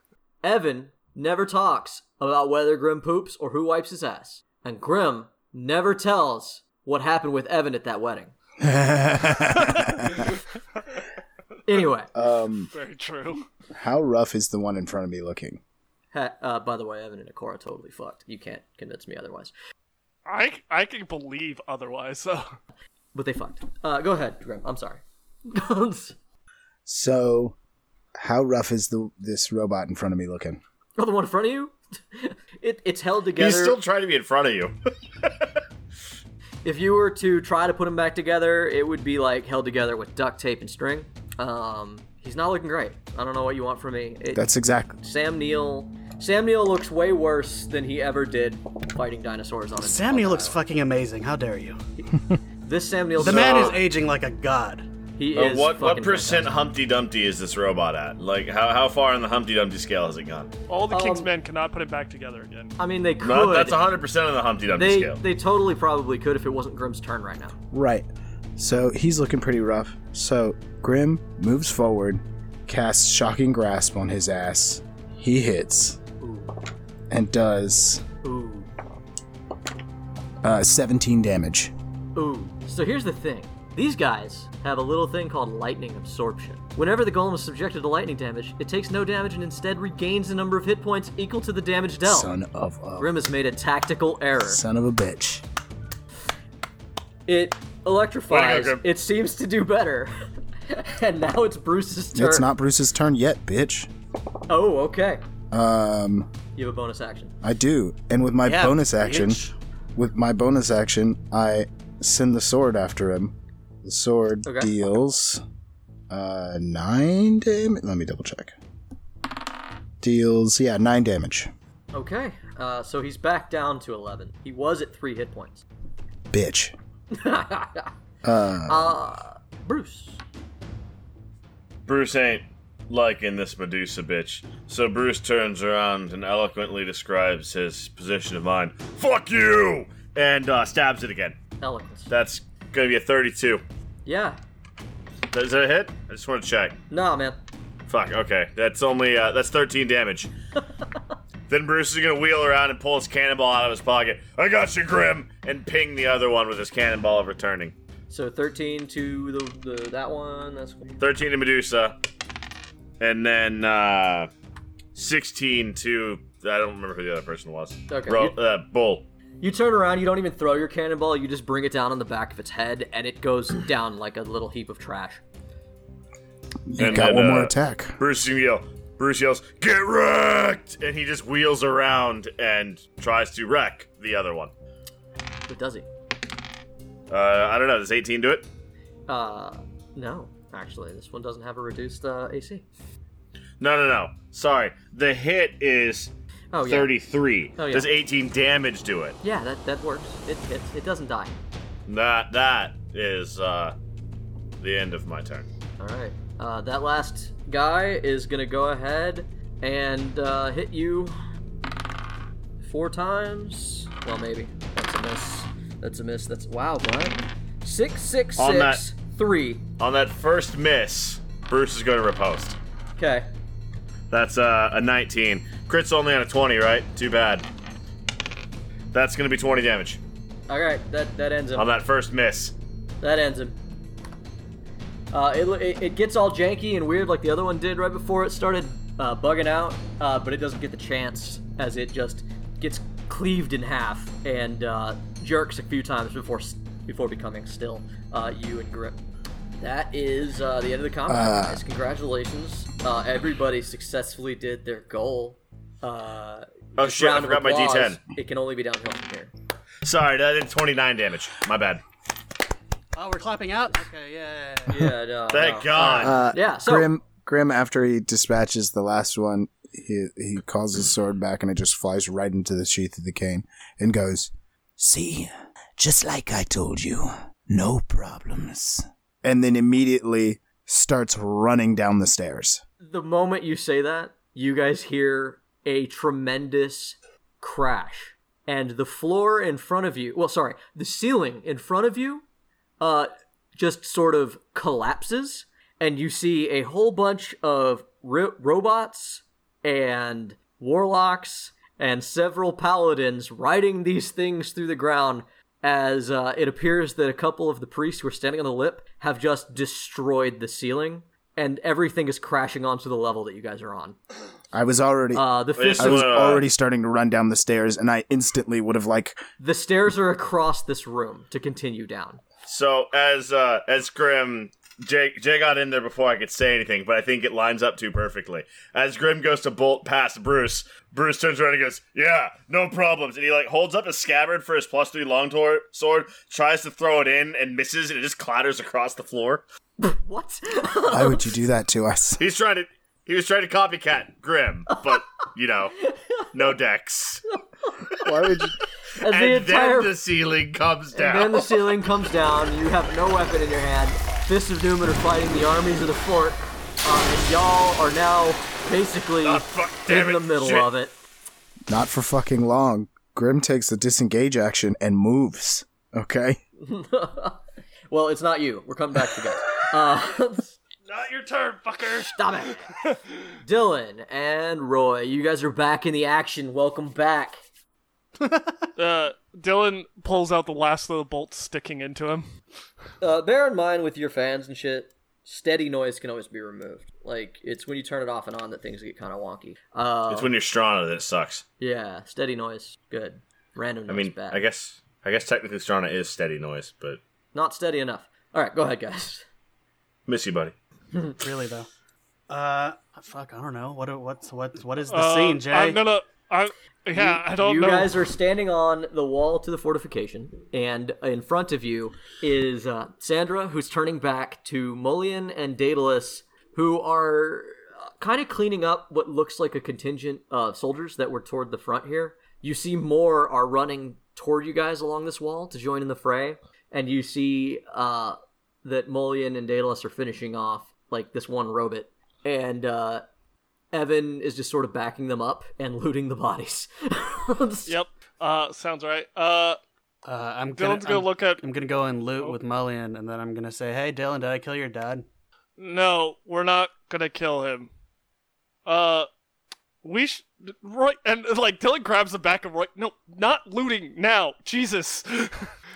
Speaker 2: Evan never talks about whether Grim poops or who wipes his ass, and Grim never tells what happened with Evan at that wedding. Anyway,
Speaker 4: Uh,
Speaker 5: um,
Speaker 3: Very true.
Speaker 5: how rough is the one in front of me looking?
Speaker 2: ha- uh, by the way, Evan and Akora totally fucked. You can't convince me otherwise.
Speaker 3: I I can believe otherwise. So
Speaker 2: But they fucked. Uh, go ahead, Grim. I'm sorry. <laughs>
Speaker 5: So, how rough is the this robot in front of me looking?
Speaker 2: Oh, the one in front of you? <laughs> It, it's held together.
Speaker 4: He's still trying to be in front of you.
Speaker 2: if you were to try to put him back together, it would be like held together with duct tape and string. Um, he's not looking great. I don't know what you want from me. It,
Speaker 5: That's exactly.
Speaker 2: Sam Neill. Sam Neill looks way worse than he ever did fighting dinosaurs on his
Speaker 1: Samuel
Speaker 2: on
Speaker 1: looks
Speaker 2: Island.
Speaker 1: fucking amazing. How dare you?
Speaker 2: This Sam Neill.
Speaker 1: The man is aging like a god.
Speaker 2: He
Speaker 4: Uh,
Speaker 2: is.
Speaker 4: what what
Speaker 2: fucking
Speaker 4: percent
Speaker 2: fantastic.
Speaker 4: Humpty Dumpty is this robot at? Like how how far on the Humpty Dumpty scale has it gone?
Speaker 3: all the king's
Speaker 2: Um,
Speaker 3: men cannot put it back together again.
Speaker 2: I mean, they could.
Speaker 4: No, that's 100 percent on the Humpty Dumpty
Speaker 2: they
Speaker 4: scale.
Speaker 2: they totally probably could if it wasn't Grimm's turn right now.
Speaker 5: Right. So he's looking pretty rough. So Grim moves forward, casts shocking grasp on his ass. He hits and does
Speaker 2: Ooh,
Speaker 5: uh, 17 damage.
Speaker 2: ooh. So here's the thing. These guys have a little thing called lightning absorption. Whenever the golem is subjected to lightning damage, it takes no damage and instead regains the number of hit points equal to the damage dealt.
Speaker 5: Son of a
Speaker 2: Grim has made a tactical error.
Speaker 5: son of a bitch.
Speaker 2: It
Speaker 4: Way
Speaker 2: electrifies.
Speaker 4: to go, Grim.
Speaker 2: it seems to do better. <laughs> and now it's Bruce's turn.
Speaker 5: It's not Bruce's turn yet, bitch.
Speaker 2: Oh, okay.
Speaker 5: Um,
Speaker 2: You have a bonus action.
Speaker 5: I do, and with my
Speaker 1: Yeah,
Speaker 5: bonus action,
Speaker 1: bitch.
Speaker 5: with my bonus action, I send the sword after him. The sword
Speaker 2: Okay.
Speaker 5: deals uh, nine damage. Let me double check. Deals, yeah, nine damage.
Speaker 2: Okay. Uh, so he's back down to 11. He was at three hit points. <laughs>
Speaker 5: Bitch. Uh.
Speaker 2: Uh, Bruce.
Speaker 4: Bruce ain't liking this Medusa bitch. So Bruce turns around and eloquently describes his position of mind. Fuck you! And uh, stabs it again.
Speaker 2: Eloquence.
Speaker 4: That's gonna be a 32.
Speaker 2: Yeah.
Speaker 4: Is that a hit? I just want to check.
Speaker 2: Nah, man.
Speaker 4: Fuck. Okay, that's only uh, that's 13 damage. then Bruce is gonna wheel around and pull his cannonball out of his pocket. I got you, Grim, and ping the other one with his cannonball of returning.
Speaker 2: So 13 to the, the that one. That's
Speaker 4: 13 to Medusa, and then uh, 16 to I don't remember who the other person was.
Speaker 2: Okay.
Speaker 4: Ro- uh, Bull.
Speaker 2: You turn around. You don't even throw your cannonball. You just bring it down on the back of its head, and it goes down like a little heap of trash.
Speaker 5: You
Speaker 4: And
Speaker 5: got
Speaker 4: then,
Speaker 5: one more
Speaker 4: uh,
Speaker 5: attack.
Speaker 4: Bruce is gonna yell. Bruce yells, "Get wrecked!" and he just wheels around and tries to wreck the other one.
Speaker 2: But does he?
Speaker 4: Uh, I don't know. Does 18 do it?
Speaker 2: Uh, no. Actually, this one doesn't have a reduced uh, AC.
Speaker 4: No, no, no. Sorry. The hit is
Speaker 2: Oh yeah.
Speaker 4: 33.
Speaker 2: Oh, yeah.
Speaker 4: Does 18 damage do it?
Speaker 2: Yeah, that, that works. It hits. It doesn't die.
Speaker 4: That that is uh, the end of my turn.
Speaker 2: All right. Uh, that last guy is gonna go ahead and uh, hit you four times. Well, maybe. That's a miss. That's a miss. That's wow. What? Six, six,
Speaker 4: On that-
Speaker 2: six, three.
Speaker 4: On that first miss, Bruce is going to repost.
Speaker 2: Okay.
Speaker 4: That's uh, a 19. Crit's only on a 20, right? Too bad. That's going to be 20 damage
Speaker 2: All right. That that ends him.
Speaker 4: on that first miss.
Speaker 2: That ends him. Uh, it, it, it gets all janky and weird like the other one did right before it started uh, bugging out, uh, but it doesn't get the chance as it just gets cleaved in half and uh, jerks a few times before s- before becoming still. Uh, you and Grip. That is uh, the end of the combat, guys. Congratulations, uh, everybody successfully did their goal. Uh,
Speaker 4: Oh,
Speaker 2: just
Speaker 4: shit, I
Speaker 2: round of
Speaker 4: forgot my
Speaker 2: applause.
Speaker 4: D10.
Speaker 2: It can only be downhill from here.
Speaker 4: Sorry, that did 29 damage. My bad.
Speaker 1: Oh, we're clapping out. Okay, yeah.
Speaker 4: <laughs>
Speaker 2: Yeah, no,
Speaker 4: Thank
Speaker 2: no.
Speaker 4: God.
Speaker 5: Uh,
Speaker 2: Yeah, so-
Speaker 5: Grim, Grim, after he dispatches the last one, he he calls his sword back, and it just flies right into the sheath of the cane, and goes, "See, just like I told you, no problems." And then immediately starts running down the stairs.
Speaker 2: the moment you say that, you guys hear a tremendous crash. And the floor in front of you, well, sorry, the ceiling in front of you uh, just sort of collapses. And you see a whole bunch of ro- robots and warlocks and several paladins riding these things through the ground as uh, it appears that a couple of the priests who are standing on the lip have just destroyed the ceiling and everything is crashing onto the level that you guys are on.
Speaker 5: I was already.
Speaker 2: Uh, the fist,
Speaker 5: I was
Speaker 4: uh,
Speaker 5: already starting to run down the stairs, and I instantly would have like
Speaker 2: the stairs are across this room to continue down.
Speaker 4: So as uh, as Grim, Jay Jay got in there before I could say anything, but I think it lines up too perfectly. As Grim goes to bolt past Bruce, Bruce turns around and goes, "Yeah, no problems." And he like holds up a scabbard for his plus three long tor- sword, tries to throw it in and misses, and it just clatters across the floor.
Speaker 2: What? <laughs>
Speaker 5: "Why would you do that to us?"
Speaker 4: He's trying to he was trying to copycat Grim, but you know, no dex.
Speaker 5: <laughs> Why would you?
Speaker 2: <laughs> and the
Speaker 4: and
Speaker 2: entire
Speaker 4: then the ceiling comes
Speaker 2: <laughs>
Speaker 4: down.
Speaker 2: then the ceiling comes down. You have no weapon in your hand. Fists of Doom are fighting the armies of the fort, uh, and y'all are now basically
Speaker 4: Ah, <laughs> fuck, damn
Speaker 2: in the
Speaker 4: it,
Speaker 2: middle
Speaker 4: shit.
Speaker 2: of it.
Speaker 5: Not for fucking long. Grim takes the disengage action and moves. Okay.
Speaker 2: Well, it's not you. We're coming back to you guys.
Speaker 4: <laughs>
Speaker 2: Uh,
Speaker 3: Not your turn, fucker.
Speaker 2: Stop it. <laughs> Dylan and Roy, you guys are back in the action. Welcome back.
Speaker 3: Uh, Dylan pulls out the last little bolt sticking into him.
Speaker 2: Uh, bear in mind with your fans and shit, steady noise can always be removed. Like it's when you turn it off and on that things get kind of wonky. Uh,
Speaker 4: it's when you're Strana that it sucks.
Speaker 2: yeah, steady noise, good. Random
Speaker 4: I
Speaker 2: noise,
Speaker 4: mean,
Speaker 2: bad.
Speaker 4: I guess I guess technically Strana is steady noise, but
Speaker 2: not steady enough. All right, go ahead, guys.
Speaker 4: miss you, buddy.
Speaker 1: yeah. Really though. Uh, fuck. I don't know. What? What's what? What is the
Speaker 3: Uh,
Speaker 1: scene, Jay?
Speaker 3: I'm gonna. I, yeah, I don't
Speaker 2: you
Speaker 3: know.
Speaker 2: guys are standing on the wall to the fortification, and in front of you is uh, Sandra, who's turning back to Mullion and Daedalus, who are kind of cleaning up what looks like a contingent of soldiers that were toward the front here. You see more are running toward you guys along this wall to join in the fray, and you see uh, that Mullion and Daedalus are finishing off like this one robot, and uh, Evan is just sort of backing them up and looting the bodies. <laughs>
Speaker 3: Yep. Uh, sounds right. Uh,
Speaker 1: Uh, I'm gonna,
Speaker 3: Dylan's gonna
Speaker 1: I'm,
Speaker 3: look Oh. at.
Speaker 1: I'm gonna go and loot with Mullion, and then I'm gonna say, "Hey, Dylan, did I kill your dad?"
Speaker 3: No, we're not gonna kill him. Uh, we sh- Roy and like Dylan grabs the back of Roy. No, not looting now. Jesus. <laughs>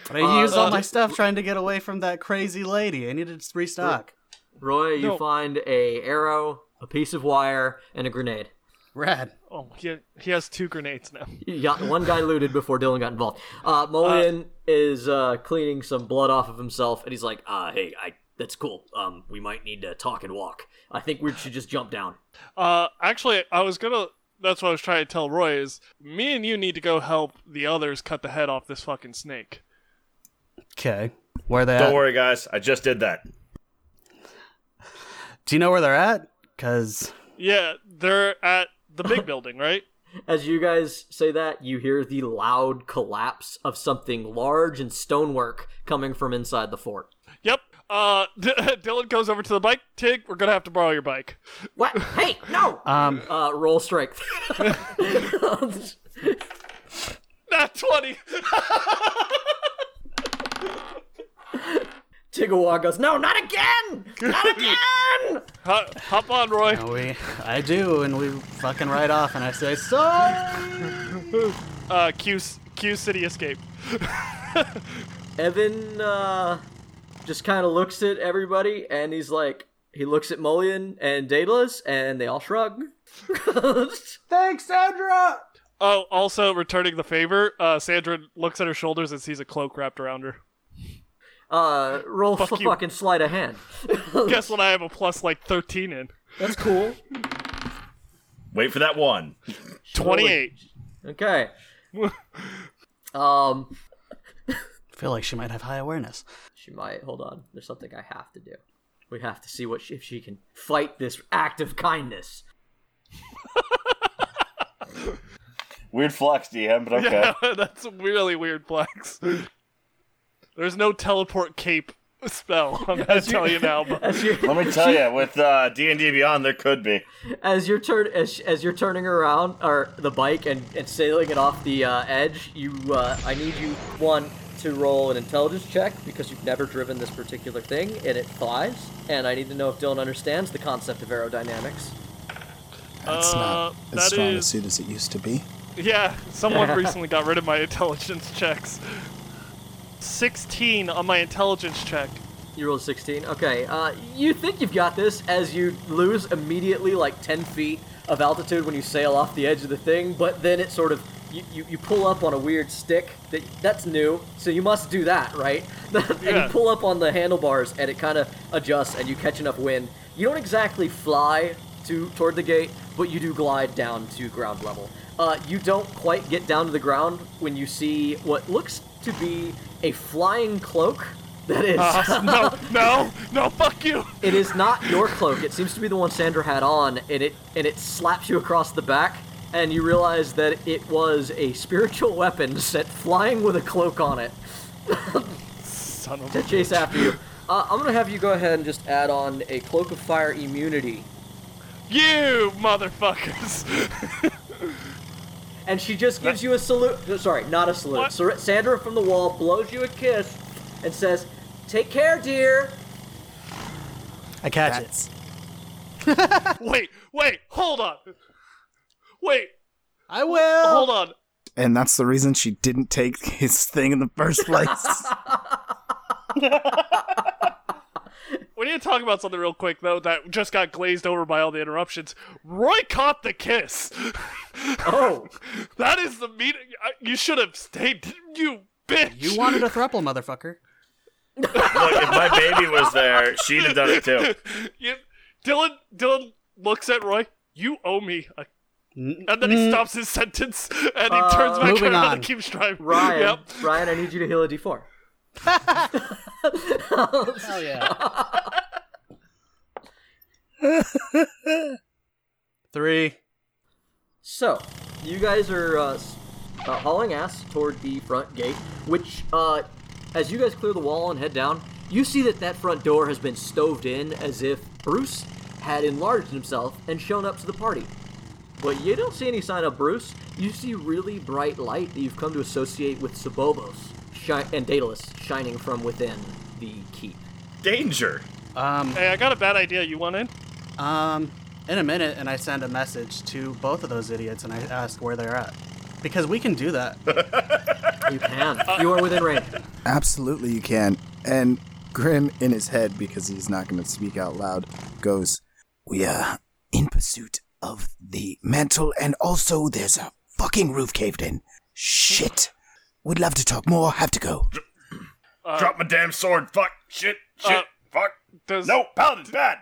Speaker 1: But I
Speaker 2: Uh,
Speaker 1: used all
Speaker 2: uh,
Speaker 1: my stuff trying to get away from that crazy lady. I needed to restock.
Speaker 2: Roy, you
Speaker 3: No.
Speaker 2: find a arrow, a piece of wire, and a grenade.
Speaker 1: Rad.
Speaker 3: oh, he he has two grenades now.
Speaker 2: You got one guy looted before Dylan got involved. Uh, Mullion is uh, cleaning some blood off of himself, and he's like, uh, "Hey, I that's cool. Um, we might need to talk and walk. I think we should just jump down."
Speaker 3: Uh, actually, I was gonna. That's what I was trying to tell Roy is me and you need to go help the others cut the head off this fucking snake.
Speaker 1: Okay. Where they?
Speaker 4: Don't
Speaker 1: at?
Speaker 4: worry, guys. I just did that.
Speaker 1: Do you know where they're at? Cause
Speaker 3: Yeah, they're at the big building, right?
Speaker 2: As you guys say that, you hear the loud collapse of something large and stonework coming from inside the fort.
Speaker 3: Yep. Uh, <laughs> D- Dylan goes over to the bike. Tig, we're gonna have to borrow your bike. <laughs>
Speaker 2: What? Hey, no!
Speaker 1: um,
Speaker 2: Uh, roll strength. <laughs>
Speaker 3: Not <laughs> twenty.
Speaker 2: Tigawa goes, no, not again! Not again!
Speaker 3: hop, hop on, Roy.
Speaker 1: we, I do, and we fucking ride off, and I say, "So."
Speaker 3: Uh, Q Q City Escape.
Speaker 2: Evan uh, just kind of looks at everybody and he's like, he looks at <laughs> Mullion and Daedalus and they all shrug.
Speaker 1: Thanks, Sandra.
Speaker 3: Oh, also returning the favor, uh, Sandra looks at her shoulders and sees a cloak wrapped around her.
Speaker 2: Uh, roll
Speaker 3: Fuck
Speaker 2: for
Speaker 3: you.
Speaker 2: fucking sleight of hand.
Speaker 3: Guess what? I have a plus like thirteen in
Speaker 2: That's cool.
Speaker 4: Wait for that one.
Speaker 3: twenty-eight. <laughs>
Speaker 2: Okay. um,
Speaker 1: I feel like she might have high awareness.
Speaker 2: she might. Hold on. There's something I have to do. We have to see what she, if she can fight this act of kindness.
Speaker 4: Weird flex, DM, but okay.
Speaker 3: <laughs>
Speaker 4: <laughs>
Speaker 3: That's a really weird flex. There's no teleport cape spell. I'm gonna tell you now, but
Speaker 2: As you're
Speaker 4: Let me tell you, with uh, D&D Beyond, there could be.
Speaker 2: <laughs> as you're turn as, as you're turning around or the bike and, and sailing it off the uh, edge, you uh, I need you one to roll an intelligence check because you've never driven this particular thing and it flies. And I need to know if Dylan understands the concept of aerodynamics.
Speaker 5: That's
Speaker 3: Uh,
Speaker 5: not as
Speaker 3: that
Speaker 5: strong a
Speaker 3: is-
Speaker 5: suit as it used to be.
Speaker 3: yeah, someone recently got rid of my intelligence checks. Sixteen on my intelligence check. <laughs>
Speaker 2: You rolled 16. Okay. Uh, you think you've got this as you lose immediately like 10 feet of altitude when you sail off the edge of the thing, but then it sort of. You, you, you pull up on a weird stick that that's new, so you must do that, right? <laughs> and
Speaker 3: Yeah.
Speaker 2: you pull up on the handlebars and it kind of adjusts and you catch enough wind. You don't exactly fly to toward the gate, but you do glide down to ground level. Uh, you don't quite get down to the ground when you see what looks to be a flying cloak that is
Speaker 3: Uh, no, no, no! Fuck you.
Speaker 2: it is not your cloak. It seems to be the one Sandra had on, and it and it slaps you across the back, and you realize that it was a spiritual weapon <laughs> sent flying with a cloak on it
Speaker 3: Son of
Speaker 2: to
Speaker 3: a.
Speaker 2: chase after you. Uh, I'm gonna have you go ahead and just add on a cloak of fire immunity,
Speaker 3: You motherfuckers!
Speaker 2: and she just gives you a salute. no, Sorry, not a salute.
Speaker 3: What?
Speaker 2: Sar- Sandra from the wall blows you a kiss, and says, "Take care, dear."
Speaker 1: I catch
Speaker 5: That's-
Speaker 1: it.
Speaker 3: wait, wait, hold on. Wait,
Speaker 1: I will.
Speaker 3: hold on.
Speaker 5: And that's the reason she didn't take <laughs> his thing in the first place.
Speaker 3: We need to talk about something real quick though that just got glazed over by all the interruptions. Roy caught the kiss. <laughs>
Speaker 2: Oh,
Speaker 3: that is the meeting. I- You should have stayed, didn't you bitch.
Speaker 1: You
Speaker 3: <laughs>
Speaker 1: wanted a thruple, motherfucker.
Speaker 4: Look, if my baby was there, she'd have done it too.
Speaker 3: You- Dylan. Dylan looks at Roy. You owe me. A- and then he stops his sentence and he turns back
Speaker 1: Moving
Speaker 3: around
Speaker 1: on.
Speaker 3: and keeps driving.
Speaker 2: Ryan,
Speaker 3: Yep.
Speaker 2: Ryan, I need you to heal a D4.
Speaker 1: Hell yeah. <laughs> Three.
Speaker 2: So, you guys are uh, s- uh, hauling ass toward the front gate, which, uh, as you guys clear the wall and head down, you see that that front door has been stoved in as if Bruce had enlarged himself and shown up to the party. But you don't see any sign of Bruce. You see really bright light that you've come to associate with Sabobos shi- and Daedalus shining from within the keep.
Speaker 4: Danger.
Speaker 1: Um,
Speaker 3: Hey, I got a bad idea. You want in? <laughs>
Speaker 1: um, in a minute, and I send a message to both of those idiots, and I ask where they're at, because we can do that.
Speaker 2: You can. You are within range.
Speaker 5: Absolutely, you can. And Grim, in his head, because he's not going to speak out loud, goes, We are in pursuit of the mantle, and also there's a fucking roof caved in. Shit. Would love to talk more, have to go.
Speaker 4: Drop my damn sword. Fuck. Shit. Shit.
Speaker 3: Uh,
Speaker 4: fuck.
Speaker 3: Does
Speaker 4: No, paladin's bad.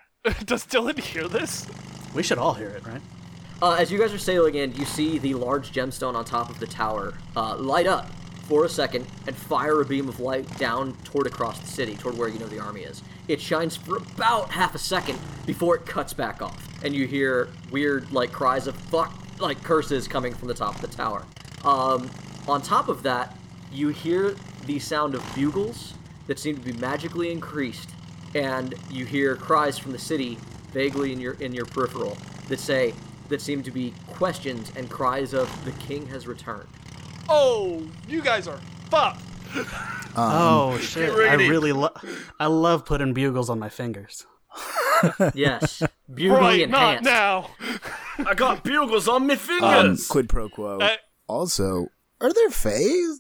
Speaker 3: Does Dylan hear this?
Speaker 1: we should all hear it, right?
Speaker 2: Uh, as you guys are sailing in, you see the large gemstone on top of the tower uh, light up for a second and fire a beam of light down toward across the city, toward where you know the army is. It shines for about half a second before it cuts back off, and you hear weird like cries of "fuck" like curses coming from the top of the tower. Um, on top of that, you hear the sound of bugles that seem to be magically increased and you hear cries from the city vaguely in your in your peripheral that say that seem to be questions and cries of the king has
Speaker 5: <laughs>
Speaker 2: returned.
Speaker 3: Oh, you guys are fucked.
Speaker 1: oh shit! I
Speaker 4: ready.
Speaker 1: really love. I love putting bugles on my fingers.
Speaker 2: Yes, beauty
Speaker 3: Roy, not
Speaker 2: enhanced.
Speaker 3: now.
Speaker 4: I got bugles on my
Speaker 5: Um,
Speaker 4: fingers.
Speaker 5: quid pro quo.
Speaker 3: Uh,
Speaker 5: also, are there fays?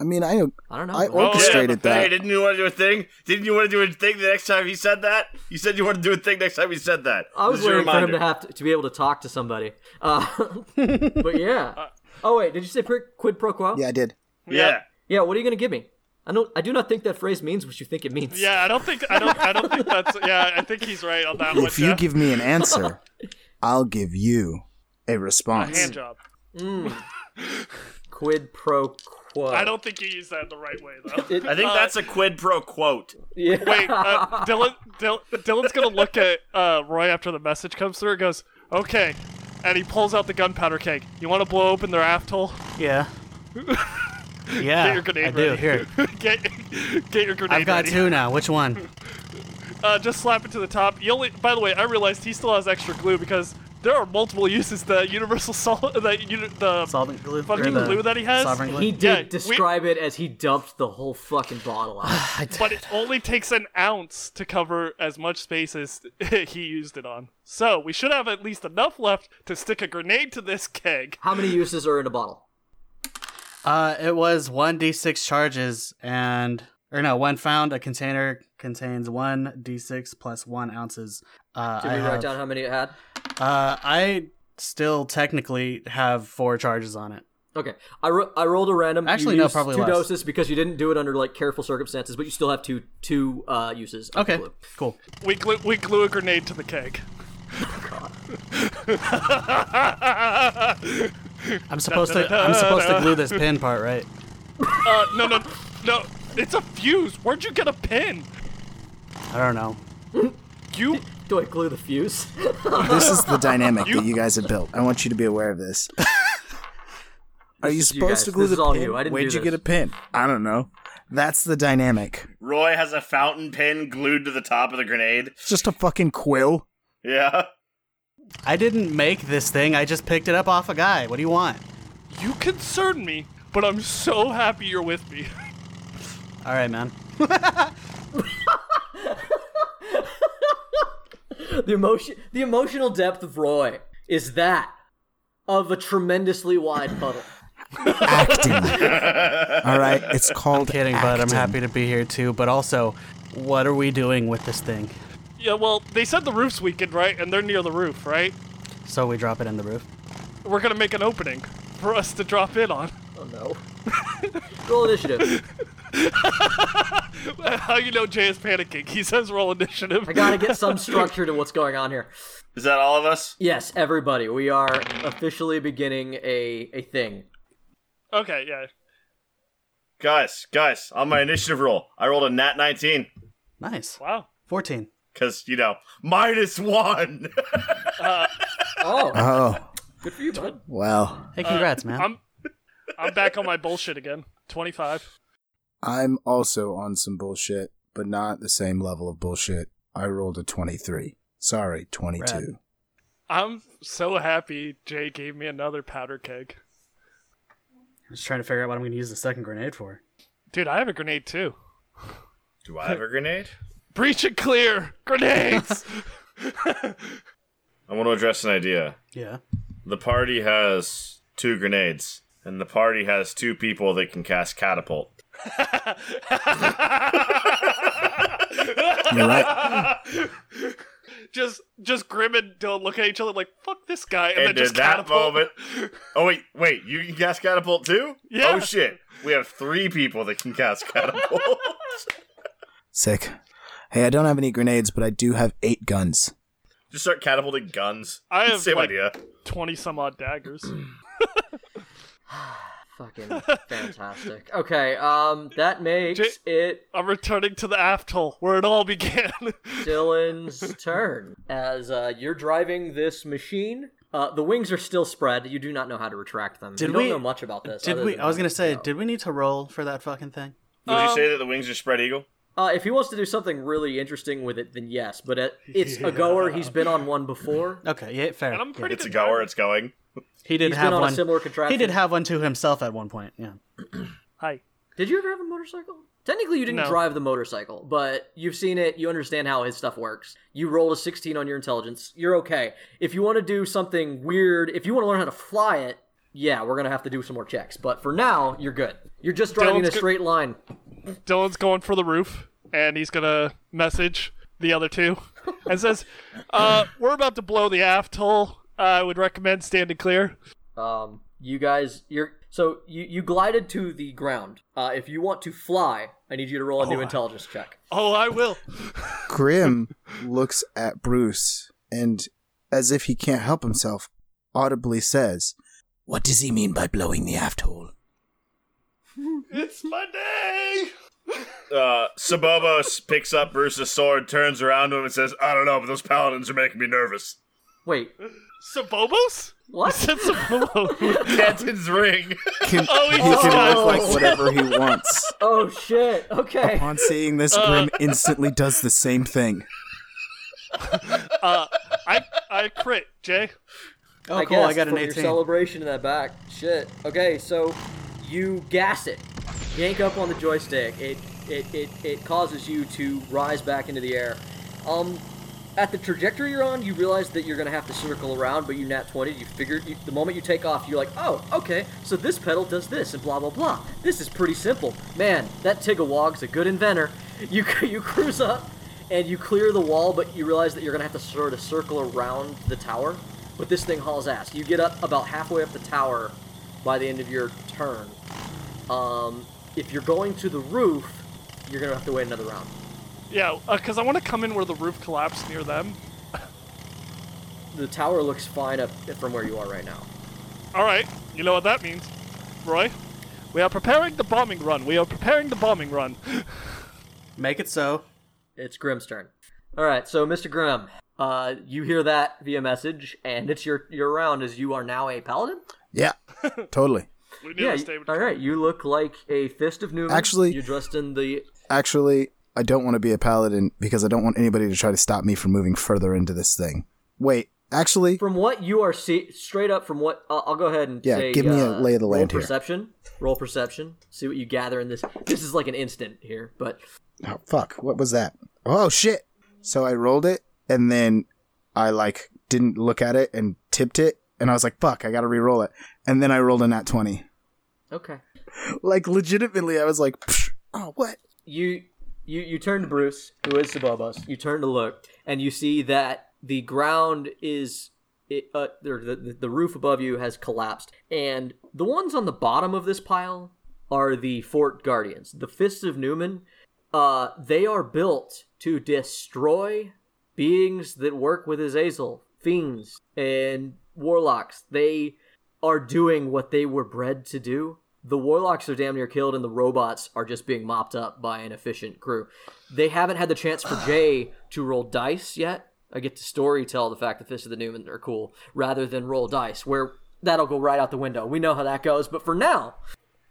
Speaker 5: I mean, I know.
Speaker 2: I don't know.
Speaker 5: I
Speaker 2: Roy.
Speaker 4: Oh, yeah,
Speaker 5: orchestrated
Speaker 4: but Hey,
Speaker 5: that.
Speaker 4: didn't you want to do a thing? Didn't you want to do a thing the next time he said that? You said you wanted to do a thing next time he said that.
Speaker 2: I was
Speaker 4: This is your
Speaker 2: waiting for him
Speaker 4: reminder.
Speaker 5: <laughs>
Speaker 2: to have to, to be able to talk to somebody. Uh, but yeah, Oh wait, did you say pri- quid pro quo?
Speaker 5: Yeah, I did.
Speaker 4: Yeah.
Speaker 2: Yeah. What are you gonna give me? I don't. I do not think that phrase means what you think it means.
Speaker 3: Yeah, I don't think I don't I don't think that's yeah, I think he's right on that one.
Speaker 5: If you
Speaker 3: Jeff.
Speaker 5: give
Speaker 1: <laughs>
Speaker 5: me an answer, I'll give you a
Speaker 3: a
Speaker 5: response.
Speaker 3: hand job.
Speaker 2: Quid pro quo.
Speaker 3: I don't think you used that the right way though.
Speaker 2: It-
Speaker 4: I think
Speaker 3: Uh,
Speaker 4: that's a quid pro quote.
Speaker 2: Yeah.
Speaker 3: Wait, uh, Dylan, Dylan, Dylan's gonna look at uh, Roy after the message comes through and goes, "Okay," and he pulls out the gunpowder keg. You want to blow open their aft hole? <laughs>
Speaker 1: Yeah. Yeah,
Speaker 3: Get your grenade
Speaker 1: I do.
Speaker 3: ready.
Speaker 1: Here,
Speaker 3: get, get your grenade
Speaker 1: I've got
Speaker 3: ready.
Speaker 1: two now. Which one?
Speaker 3: Uh, just slap it to the top. You only, by the way, I realized he still has extra glue because there are multiple <laughs> uses that universal salt, that uni- the
Speaker 1: Solvent glue.
Speaker 3: Fucking
Speaker 1: or the
Speaker 3: glue that he has?
Speaker 1: Sovereign glue.
Speaker 2: <laughs> He did
Speaker 3: Yeah, we-
Speaker 2: describe it as he dumped the whole fucking bottle
Speaker 5: <sighs>
Speaker 2: out.
Speaker 3: but it only takes an ounce to cover as much space as <laughs> he used it on. So we should have at least enough left to stick a grenade to this keg.
Speaker 2: How many uses are in a bottle?
Speaker 1: Uh, it was one d six charges and or no one found. A container contains one d six plus one ounces. Uh,
Speaker 2: Did
Speaker 1: I
Speaker 2: we write
Speaker 1: have-
Speaker 2: down how many it had?
Speaker 1: Uh, I still technically have four charges on it.
Speaker 2: Okay, I, ro- I rolled a random. You
Speaker 1: Actually, no,
Speaker 2: used
Speaker 1: probably
Speaker 2: two
Speaker 1: less.
Speaker 2: doses because you didn't do it under like careful circumstances, but you still have two two uh, uses. of
Speaker 1: Okay,
Speaker 2: glue.
Speaker 1: cool.
Speaker 3: We glue, we glue a grenade to the keg.
Speaker 1: I'm supposed to. I'm supposed to glue this pin part, right?
Speaker 3: Uh, no, no, no. It's a fuse. Where'd you get a pin?
Speaker 1: I don't know.
Speaker 3: You
Speaker 2: Do I glue the fuse? <laughs>
Speaker 5: This is the dynamic that you guys have built. I want you to be aware
Speaker 2: <laughs>
Speaker 5: of this. Are you
Speaker 2: is you
Speaker 5: supposed
Speaker 2: guys.
Speaker 5: to glue
Speaker 2: This
Speaker 5: the
Speaker 2: is all
Speaker 5: pin?
Speaker 2: you. I didn't
Speaker 5: Where'd
Speaker 2: do
Speaker 5: you get
Speaker 2: this.
Speaker 5: a pin? I don't know. That's the dynamic.
Speaker 4: Roy has a fountain pen glued to the top of the grenade.
Speaker 5: It's just a fucking quill.
Speaker 4: Yeah.
Speaker 1: I didn't make this thing. I just picked it up off a guy. What do you want?
Speaker 3: you concern me, but I'm so happy you're with me. <laughs>
Speaker 1: All right, man.
Speaker 2: the emotion, the emotional depth of Roy is that of a tremendously wide puddle.
Speaker 1: <laughs>
Speaker 5: Acting. All right, it's called
Speaker 1: Kidding,
Speaker 5: acting.
Speaker 1: but I'm happy to be here too. But also, what are we doing with this thing?
Speaker 3: yeah, well, they said the roof's weakened, right? And they're near the roof, right?
Speaker 1: So we drop it in the roof.
Speaker 3: We're gonna make an opening for us to drop in on. <laughs>
Speaker 2: Oh
Speaker 1: <laughs>
Speaker 2: no! Roll initiative.
Speaker 3: How you know Jay is panicking? He says roll initiative.
Speaker 2: I gotta get some structure to what's going on here.
Speaker 4: Is that all of us?
Speaker 2: Yes, everybody, we are officially beginning a a thing.
Speaker 3: Okay, yeah.
Speaker 4: Guys, guys, on my initiative roll, I rolled a nat 19.
Speaker 1: Nice.
Speaker 3: Wow.
Speaker 1: Fourteen.
Speaker 4: Because, you know, minus one. <laughs>
Speaker 2: Oh,
Speaker 5: Oh,
Speaker 2: good for you, bud.
Speaker 5: well.
Speaker 1: Hey, congrats, man.
Speaker 3: I'm I'm back on my bullshit again. 25.
Speaker 5: I'm also on some bullshit, but not the same level of bullshit. I rolled a 23. Sorry, 22.
Speaker 1: Rad.
Speaker 3: I'm so happy Jay gave me another powder keg.
Speaker 1: just trying to figure out what I'm going to use the second grenade for.
Speaker 3: Dude, I have a grenade too.
Speaker 4: Do I have a grenade?
Speaker 3: Breach and clear! Grenades! <laughs>
Speaker 4: I want to address an idea.
Speaker 1: Yeah.
Speaker 4: The party has two grenades, and the party has two people that can cast catapult.
Speaker 5: You're
Speaker 1: <laughs>
Speaker 5: right.
Speaker 3: just just Grim and Dylan look at each other like, fuck this guy. And,
Speaker 4: And,
Speaker 3: then
Speaker 4: in
Speaker 3: just
Speaker 4: that
Speaker 3: catapult.
Speaker 4: moment. Oh, wait, wait, you can cast catapult too?
Speaker 3: Yeah.
Speaker 4: Oh, shit. We have three people that can cast <laughs> catapult.
Speaker 5: Sick. Hey, I don't have any grenades, but I do have eight guns.
Speaker 4: Just start catapulting guns.
Speaker 3: I have,
Speaker 4: Same
Speaker 3: like-
Speaker 4: idea.
Speaker 3: 20 some odd daggers.
Speaker 1: <laughs>
Speaker 2: Fucking fantastic. Okay, um, that makes
Speaker 3: J-
Speaker 2: it
Speaker 3: I'm returning to the aft hole where it all began. <laughs>
Speaker 2: Dylan's turn. As uh, you're driving this machine, uh, the wings are still spread. You do not know how to retract them.
Speaker 1: Did
Speaker 2: you don't
Speaker 1: we-
Speaker 2: know much about this.
Speaker 1: Did
Speaker 2: other
Speaker 1: we?
Speaker 2: than
Speaker 1: I was
Speaker 2: that.
Speaker 1: going to say, did we need to roll for that fucking thing?
Speaker 4: Would you say that the wings are spread eagle?
Speaker 2: Uh, if he wants to do something really interesting with it, then yes. But it,
Speaker 1: <laughs>
Speaker 2: it's a goer. He's been on one before.
Speaker 1: Okay. Yeah. Fair.
Speaker 3: And I'm
Speaker 1: Yeah.
Speaker 3: pretty
Speaker 4: It's a
Speaker 3: good
Speaker 4: goer,
Speaker 3: driver.
Speaker 4: it's going.
Speaker 1: He did
Speaker 2: He's
Speaker 1: have
Speaker 2: been on
Speaker 1: one.
Speaker 2: a similar contraption.
Speaker 1: he did have one to himself at one point. Yeah.
Speaker 3: Hi.
Speaker 2: Did you ever have a motorcycle? Technically, you didn't
Speaker 3: No.
Speaker 2: drive the motorcycle, but you've seen it. You understand how his stuff works. You rolled a 16 on your intelligence. You're okay. If you want to do something weird, if you want to learn how to fly it, yeah, we're going to have to do some more checks. But for now, you're good. You're just driving in a
Speaker 3: Dylan's go-
Speaker 2: straight line.
Speaker 3: Dylan's going for the roof, and he's gonna message the other two, and says, uh, "We're about to blow the aft hole. I would recommend standing clear."
Speaker 2: Um, You guys, you're so you you glided to the ground. Uh, if you want to fly, I need you to roll a new intelligence check.
Speaker 3: Oh, I will.
Speaker 5: Grim <laughs> looks at Bruce and, as if he can't help himself, audibly says, What does he mean by blowing the aft hole?
Speaker 3: It's my day.
Speaker 4: Uh, Sabobos picks up Bruce's sword, turns around to him, and says, I don't know, but those paladins are making me nervous.
Speaker 2: Wait,
Speaker 3: <laughs> Sabobos?
Speaker 2: what?
Speaker 3: That's Sabobos.
Speaker 4: Canton's ring.
Speaker 5: Can,
Speaker 3: Oh,
Speaker 5: he
Speaker 3: he
Speaker 5: can
Speaker 3: just-
Speaker 5: look like whatever he wants.
Speaker 2: oh shit! Okay.
Speaker 5: Upon seeing this, Grim instantly does the same thing.
Speaker 3: uh, I I crit, Jay.
Speaker 1: Oh,
Speaker 2: I
Speaker 1: cool. I
Speaker 2: guess,
Speaker 1: got an
Speaker 2: for Your
Speaker 1: 18.
Speaker 2: celebration in that back. Shit. Okay, so you gas it, yank up on the joystick. It it it, it causes you to rise back into the air. Um, at the trajectory you're on, you realize that you're gonna have to circle around, but you nat 20. You figured you, the moment you take off, you're like, oh, okay. So this pedal does this, and blah blah blah. This is pretty simple, man. That Tigawog's a good inventor. <laughs> You you cruise up. And you clear the wall, but you realize that you're gonna have to sort of circle around the tower. But this thing hauls ass. You get up about halfway up the tower by the end of your turn. Um, if you're going to the roof, you're gonna have to wait another round.
Speaker 3: Yeah, because I want to come in where the roof collapsed near them.
Speaker 2: The tower looks fine up from where you are right now.
Speaker 3: All right, you know what that means, Roy. We are preparing the bombing run. We are preparing the bombing run.
Speaker 1: Make it so.
Speaker 2: It's Grimm's turn. All right, so Mr. Grimm, uh, you hear that via message, and it's your your round as you are now a paladin.
Speaker 5: Yeah, totally.
Speaker 3: We knew
Speaker 2: Yeah.
Speaker 3: this day would
Speaker 2: All right, you look like a fist of Newman.
Speaker 5: Actually-
Speaker 2: you're dressed in the
Speaker 5: Actually, I don't want to be a paladin because I don't want anybody to try to stop me from moving further into this thing. Wait, actually,
Speaker 2: from what you are see straight up from what I'll I'll go ahead and
Speaker 5: Yeah,
Speaker 2: say,
Speaker 5: give me a
Speaker 2: uh,
Speaker 5: lay of the land
Speaker 2: roll
Speaker 5: here.
Speaker 2: perception roll perception see what you gather in this this is like an instant here but
Speaker 5: oh, fuck, what was that? Oh shit! So I rolled it and then I like didn't look at it and tipped it, and I was like, fuck, I gotta re-roll it, and then I rolled a nat twenty. <laughs>
Speaker 2: okay
Speaker 5: Like legitimately, I was like, "Psh, oh what?
Speaker 2: you you you turn to Bruce who is Sabobos you turn to look and you see that the ground is it, uh, there- the, the, the roof above you has collapsed and the ones on the bottom of this pile are the fort guardians the fists of Newman uh, they are built to destroy beings that work with Azazel, fiends and warlocks. They are doing what they were bred to do. The warlocks are damn near killed, and the robots are just being mopped up by an efficient crew. They haven't had the chance for Jay to roll dice yet. I get to story tell the fact that Fist of the Newman are cool rather than roll dice, where that'll go right out the window. We know how that goes, but for now,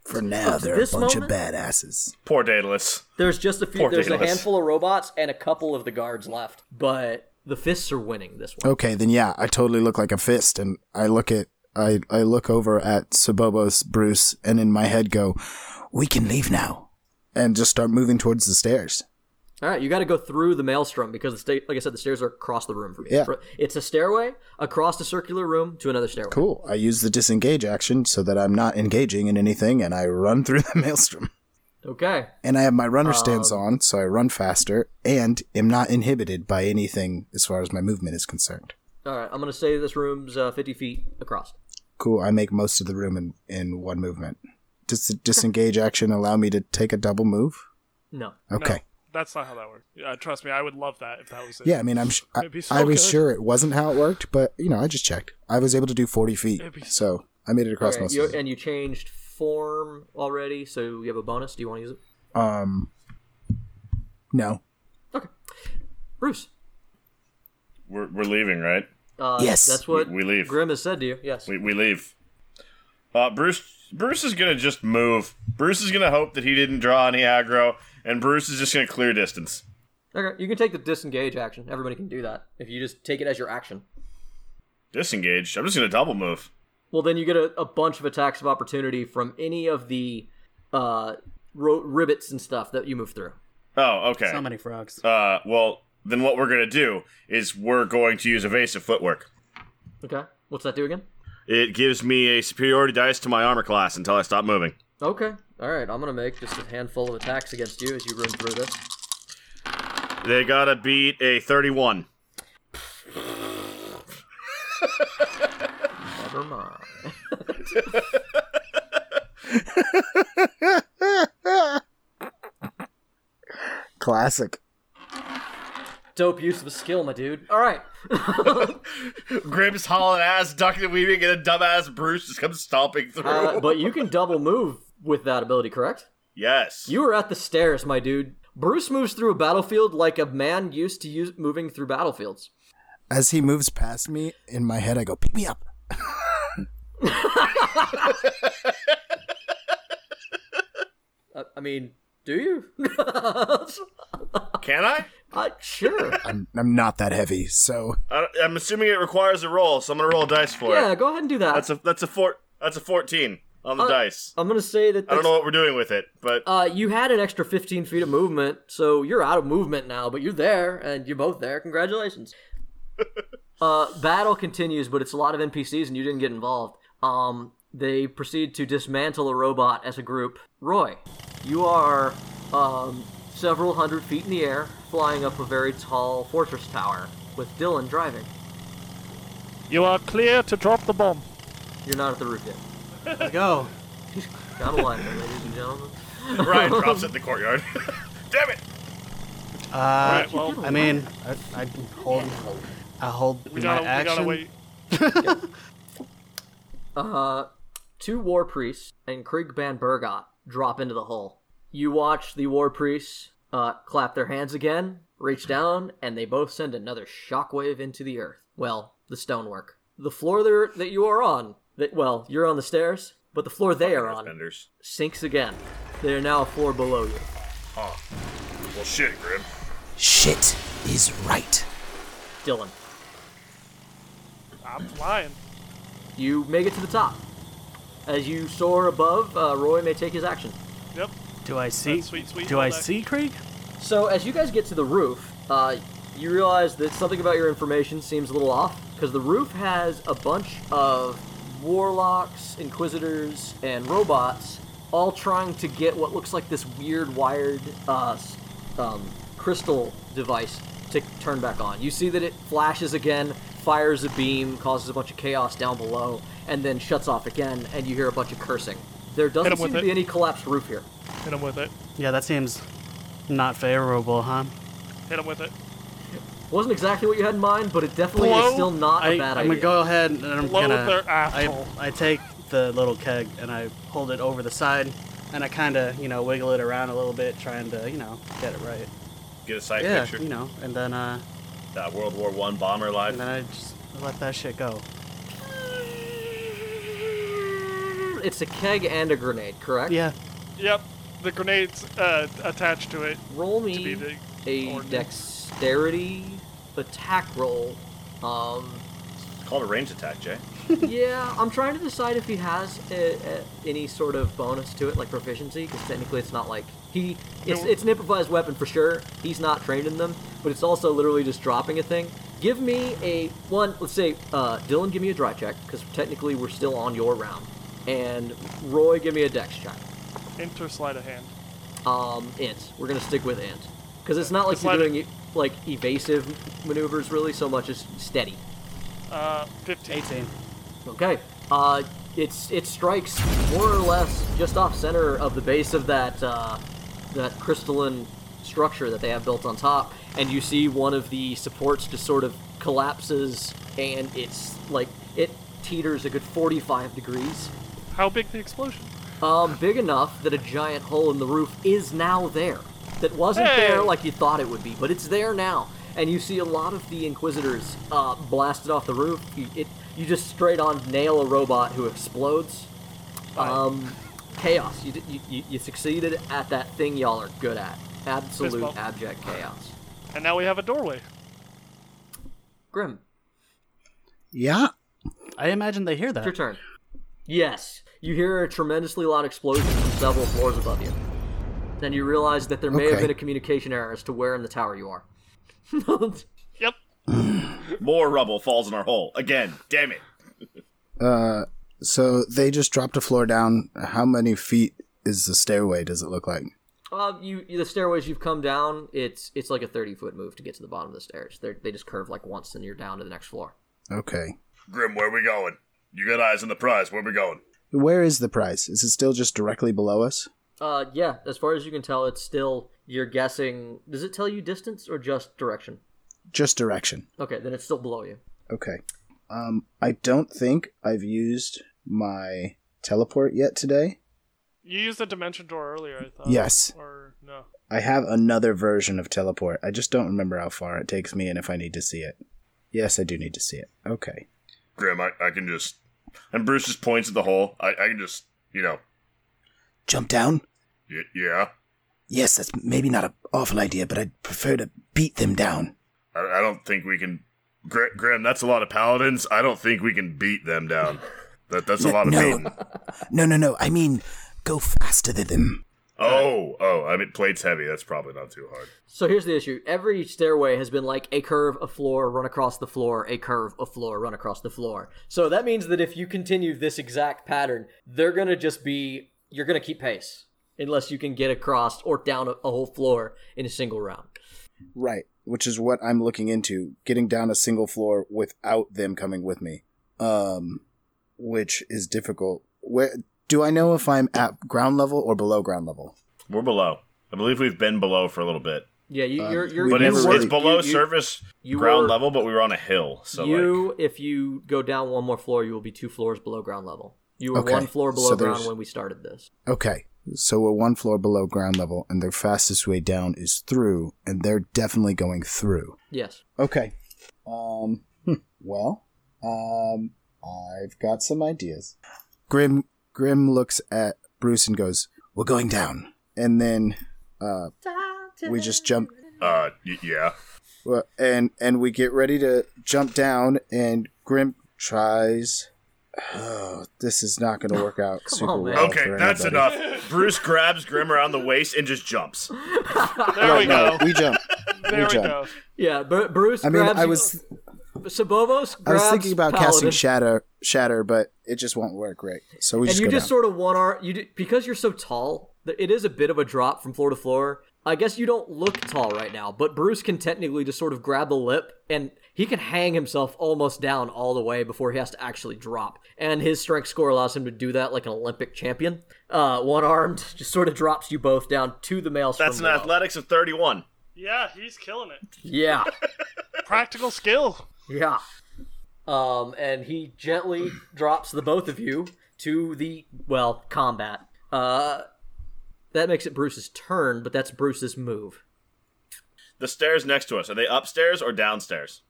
Speaker 5: For now, they're a
Speaker 2: this
Speaker 5: bunch of
Speaker 2: moment-
Speaker 5: badasses.
Speaker 4: <laughs> Poor Daedalus.
Speaker 2: there's just a few.
Speaker 4: Poor
Speaker 2: there's a
Speaker 4: Daedalus.
Speaker 2: handful of robots and a couple of the guards left, but the fists are winning this one.
Speaker 5: Okay, then yeah, I totally look like a fist, and I look at I I look over at Sabobos Bruce, and in my head go, "We can leave now," and just start moving towards the stairs.
Speaker 2: All right, you got to go through the maelstrom because the sta- like I said, the stairs are across the room from you.
Speaker 5: Yeah.
Speaker 2: For- It's a stairway across the circular room to another stairway.
Speaker 5: Cool. I use the disengage action so that I'm not engaging in anything, and I run <laughs> through the maelstrom.
Speaker 2: Okay.
Speaker 5: And I have my runner stance
Speaker 3: Um,
Speaker 5: on, so I run faster and am not inhibited by anything as far as my movement is concerned.
Speaker 2: All right, I'm gonna say this room's uh, 50 feet across.
Speaker 5: Cool. I make most of the room in in one movement. Does the disengage action allow me to take a double move?
Speaker 2: No.
Speaker 5: Okay.
Speaker 3: That's not how that worked. Uh, trust me, I would love that if that was it.
Speaker 5: Yeah, I mean, I'm. Sh- I,
Speaker 3: It'd be so
Speaker 5: I was
Speaker 3: good.
Speaker 5: sure it wasn't how it worked, but you know, I just checked. I was able to do 40 feet,
Speaker 3: It'd be- eh.
Speaker 5: so I made it across
Speaker 2: Okay,
Speaker 5: most
Speaker 2: you-
Speaker 5: of it.
Speaker 2: and you changed form already, so you have a bonus. Do you want to use it,
Speaker 5: Um, no.
Speaker 2: Bruce?
Speaker 4: We're, we're leaving, right?
Speaker 2: Uh,
Speaker 5: Yes.
Speaker 2: That's what
Speaker 4: We- we leave.
Speaker 2: Grim has said to you. Yes.
Speaker 4: We, we leave. Uh, Bruce Bruce is gonna just move. Bruce is gonna hope that he didn't draw any aggro, and Bruce is just gonna clear distance.
Speaker 2: okay. You can take the disengage action. Everybody can do that if you just take it as your action.
Speaker 4: Disengage. I'm just gonna double move.
Speaker 2: Well, then you get a, a bunch of attacks of opportunity from any of the uh, ro- ribbits and stuff that you move through.
Speaker 4: Oh, okay.
Speaker 1: So many frogs.
Speaker 4: Uh, well, then what we're gonna do is we're going to use evasive footwork.
Speaker 2: Okay. What's that do again?
Speaker 4: It gives me a superiority dice to my armor class until I stop moving.
Speaker 2: Okay. All right. I'm gonna make just a handful of attacks against you as you run through this.
Speaker 4: They gotta beat a 31.
Speaker 2: Never mind.
Speaker 5: Classic.
Speaker 2: Dope use of a skill, my dude. All right.
Speaker 4: Grim's hauling ass, ducking and weaving, and a dumbass Bruce just comes stomping through.
Speaker 2: <laughs> Uh, but you can double move with that ability, correct?
Speaker 4: yes.
Speaker 2: You are at the stairs, my dude. Bruce moves through a battlefield like a man used to use moving through battlefields.
Speaker 5: As he moves past me, in my head, I go, pick me up.
Speaker 2: Uh, I mean, do you? <laughs>
Speaker 4: Can I?
Speaker 2: uh, sure.
Speaker 5: I'm, I'm not that heavy, so
Speaker 4: I? I'm assuming it requires a roll, so I'm gonna roll a dice for
Speaker 2: Yeah,
Speaker 4: it.
Speaker 2: go ahead and do that.
Speaker 4: That's a that's a four that's a fourteen on the
Speaker 2: Uh,
Speaker 4: dice.
Speaker 2: I'm gonna say that.
Speaker 4: I don't
Speaker 2: that's-
Speaker 4: know what we're doing with it, but
Speaker 2: <laughs> Uh, you had an extra 15 feet of movement, so you're out of movement now, but you're there, and you're both there. Congratulations. uh, battle continues, but it's a lot of NPCs, and you didn't get involved. Um, they proceed to dismantle a robot as a group. Roy, you are um, several hundred feet in the air, flying up a very tall fortress tower with Dylan driving.
Speaker 3: You are clear to drop the bomb.
Speaker 2: You're not at the roof yet.
Speaker 1: Let's go.
Speaker 2: Got a line there, ladies and gentlemen.
Speaker 4: Ryan drops it in the courtyard. <laughs> Damn it!
Speaker 1: Uh,
Speaker 3: Alright, well,
Speaker 1: I mean, I, I hold, I hold
Speaker 3: we
Speaker 1: my
Speaker 3: gotta, we gotta
Speaker 1: action.
Speaker 3: wait.
Speaker 2: Uh, two war priests and Krieg Van Bergot drop into the hole. You watch the war priests uh, clap their hands again, reach down, and they both send another shockwave into the earth. Well, the stonework. The floor there that you are on, that well, you're on the stairs, but the floor they are on
Speaker 4: Earthbenders.
Speaker 2: sinks again. They are now a floor below you.
Speaker 4: Well, shit, Grim.
Speaker 5: shit is right.
Speaker 2: Dylan,
Speaker 3: I'm flying.
Speaker 2: you make it to the top. As you soar above, uh, Roy may take his action.
Speaker 3: Yep.
Speaker 1: Do I see?
Speaker 3: That's sweet, sweet
Speaker 1: do I
Speaker 3: luck.
Speaker 1: see Krieg?
Speaker 2: So as you guys get to the roof, uh, you realize that something about your information seems a little off because the roof has a bunch of warlocks, inquisitors, and robots all trying to get what looks like this weird wired uh, s- um, crystal device to turn back on. You see that it flashes again, fires a beam, causes a bunch of chaos down below, and then shuts off again. And you hear a bunch of cursing. There doesn't
Speaker 3: him
Speaker 2: seem
Speaker 3: with
Speaker 2: to be
Speaker 3: it.
Speaker 2: any collapsed roof here.
Speaker 3: Hit him with it.
Speaker 1: Yeah, that seems not favorable, huh?
Speaker 3: Hit him with it.
Speaker 2: Wasn't exactly what you had in mind, but it definitely
Speaker 3: Blow-
Speaker 2: is still not a
Speaker 1: I,
Speaker 2: bad
Speaker 1: I'm
Speaker 2: idea.
Speaker 1: gonna go ahead and I'm
Speaker 3: Blow
Speaker 1: gonna.
Speaker 3: their
Speaker 1: I,
Speaker 3: asshole.
Speaker 1: I take the little keg and I hold it over the side, and I kind of you know wiggle it around a little bit, trying to you know get it right.
Speaker 4: Get a sight
Speaker 1: yeah,
Speaker 4: picture.
Speaker 1: you know, and then uh,
Speaker 4: That World War One bomber life.
Speaker 1: and then I just let that shit go.
Speaker 2: It's a keg and a grenade, correct?
Speaker 1: Yeah,
Speaker 3: Yep. The grenade's uh, attached to it.
Speaker 2: Roll
Speaker 3: To be
Speaker 2: me
Speaker 3: the
Speaker 2: a
Speaker 3: ordnance.
Speaker 2: dexterity attack
Speaker 1: <laughs>
Speaker 2: roll. Um,
Speaker 4: It's called a range attack, Jay.
Speaker 2: yeah, I'm trying to decide if he has a, a, any sort of bonus to it, like proficiency, because technically it's not like he. It's,
Speaker 3: No.
Speaker 2: it's an improvised weapon for sure. He's not trained in them, but it's also literally just dropping a thing. Give me a one. Let's say uh, Dylan, give me a dry check, because technically we're still on your round, and Roy, give me a dex check.
Speaker 3: Enter sleight of hand.
Speaker 2: um, int. We're gonna stick with int because it's not like
Speaker 3: Just
Speaker 2: you're
Speaker 3: let it-
Speaker 2: doing like evasive maneuvers really so much as steady.
Speaker 3: Uh, 15.
Speaker 1: 18.
Speaker 2: Okay. Uh, it's it strikes more or less just off center of the base of that uh, that crystalline structure that they have built on top, and you see one of the supports just sort of collapses, and it's like it teeters a good 45 degrees.
Speaker 3: How big the explosion?
Speaker 2: Um, big enough that a giant hole in the roof is now there. That wasn't
Speaker 3: Hey!
Speaker 2: there like you thought it would be, but it's there now. And you see a lot of the Inquisitors uh, blasted off the roof. You, it, you just straight on nail a robot who explodes. Um, chaos. You, did- you, you, you succeeded at that thing y'all are good at. Absolute
Speaker 3: bump.
Speaker 2: abject chaos.
Speaker 3: And now we have a doorway.
Speaker 2: Grim,
Speaker 5: Yeah.
Speaker 1: I imagine they hear
Speaker 2: it's
Speaker 1: that.
Speaker 2: your turn. Yes, you hear a tremendously loud explosion from several floors above you. Then you realize that there may have
Speaker 5: Okay.
Speaker 2: been a communication error as to where in the tower you are. <laughs>
Speaker 3: Yep.
Speaker 4: More rubble falls in our hole again. Damn it!
Speaker 5: Uh, so they just dropped a floor down. How many feet is the stairway? Does it look like?
Speaker 2: uh, you the stairways you've come down. It's it's like a thirty foot move to get to the bottom of the stairs. They they just curve like once, and you're down to the next floor.
Speaker 5: Okay.
Speaker 4: Grim, where we going? You got eyes on the prize. Where we going?
Speaker 5: Where is the prize? Is it still just directly below us?
Speaker 2: Uh, yeah. As far as you can tell, it's still you're guessing. Does it tell you distance or just direction?
Speaker 5: Just direction.
Speaker 2: Okay, then it's still below you.
Speaker 5: Okay. Um, I don't think I've used my teleport yet today.
Speaker 3: You used a dimension door earlier, I thought.
Speaker 5: Yes.
Speaker 3: Or no.
Speaker 5: I have another version of teleport. I just don't remember how far it takes me and if I need to see it. Yes, I do need to see it. Okay.
Speaker 4: Grim, I, I can just. And Bruce just points at the hole. I, I can just, you know,
Speaker 5: Jump down?
Speaker 4: y- yeah.
Speaker 5: Yes, that's maybe not an awful idea, but I'd prefer to beat them down.
Speaker 4: I, I don't think we can. Gr- Grim, that's a lot of paladins. I don't think we can beat them down. That that's a lot of
Speaker 5: <laughs> No.
Speaker 4: beating.
Speaker 5: No, no, no. I mean, go faster than them.
Speaker 4: Oh, oh. I mean, plate's heavy. That's probably not too hard.
Speaker 2: So here's the issue. Every stairway has been like a curve, a floor, run across the floor, a curve, a floor, run across the floor. So that means that if you continue this exact pattern, they're going to just be, you're going to keep pace unless you can get across or down a, a whole floor in a single round.
Speaker 5: Right, which is what I'm looking into getting down a single floor without them coming with me. Um, which is difficult. Where do I know if I'm at ground level or below ground level?
Speaker 4: We're below. I believe we've been below for a little bit,
Speaker 2: Yeah, you,
Speaker 5: Um,
Speaker 2: you're, you're,
Speaker 4: but
Speaker 5: We
Speaker 2: you
Speaker 4: it's,
Speaker 5: never
Speaker 4: it's
Speaker 5: really-
Speaker 4: below
Speaker 2: you- you-
Speaker 4: surface
Speaker 2: you
Speaker 4: ground
Speaker 2: were-
Speaker 4: level. But we were on a hill, so like,
Speaker 2: you, if you go down one more floor, you will be two floors below ground level. You were
Speaker 5: Okay,
Speaker 2: one floor
Speaker 5: so
Speaker 2: below ground
Speaker 5: there's-
Speaker 2: when we started this.
Speaker 5: Okay, so we're one floor below ground level, and their fastest way down is through, and they're definitely going through.
Speaker 2: Yes.
Speaker 5: Okay. Um. hmm, Well. Um. I've got some ideas. Grim. Grim looks at Bruce and goes, "We're going down." And then, uh, we just jump.
Speaker 4: uh, y- yeah.
Speaker 5: well, And and we get ready to jump down. And Grim tries. Oh, this is not going to
Speaker 2: <laughs>
Speaker 5: work out super
Speaker 2: on, man.
Speaker 5: well.
Speaker 4: Okay,
Speaker 5: for
Speaker 4: that's
Speaker 5: anybody.
Speaker 4: enough. Bruce grabs Grim around the waist and just jumps.
Speaker 3: There we
Speaker 5: No,
Speaker 3: go. <laughs>
Speaker 5: we jump.
Speaker 3: There we
Speaker 5: jump.
Speaker 3: go.
Speaker 2: Yeah, Bru- Bruce
Speaker 5: I mean,
Speaker 2: grabs
Speaker 5: I
Speaker 2: you-
Speaker 5: was
Speaker 2: Sabobos
Speaker 5: I was
Speaker 2: grabs
Speaker 5: thinking about
Speaker 2: Paladin,
Speaker 5: casting Shatter, Shatter, but it just won't work right. So we
Speaker 2: and
Speaker 5: just
Speaker 2: you
Speaker 5: go
Speaker 2: just
Speaker 5: down.
Speaker 2: sort of one arm. You d- because you're so tall, th- it is a bit of a drop from floor to floor. I guess you don't look tall right now, but Bruce can technically just sort of grab the lip and he can hang himself almost down all the way before he has to actually drop. And his strength score allows him to do that like an Olympic champion. Uh, one armed just sort of drops you both down to the males.
Speaker 4: That's an
Speaker 2: from below.
Speaker 4: athletics of 31.
Speaker 3: Yeah, he's killing it.
Speaker 2: Yeah.
Speaker 3: Practical skill.
Speaker 2: Yeah. Um, and he gently drops the both of you to the well combat. Uh, that makes it Bruce's turn, but that's Bruce's move.
Speaker 4: The stairs next to us, are they upstairs or downstairs?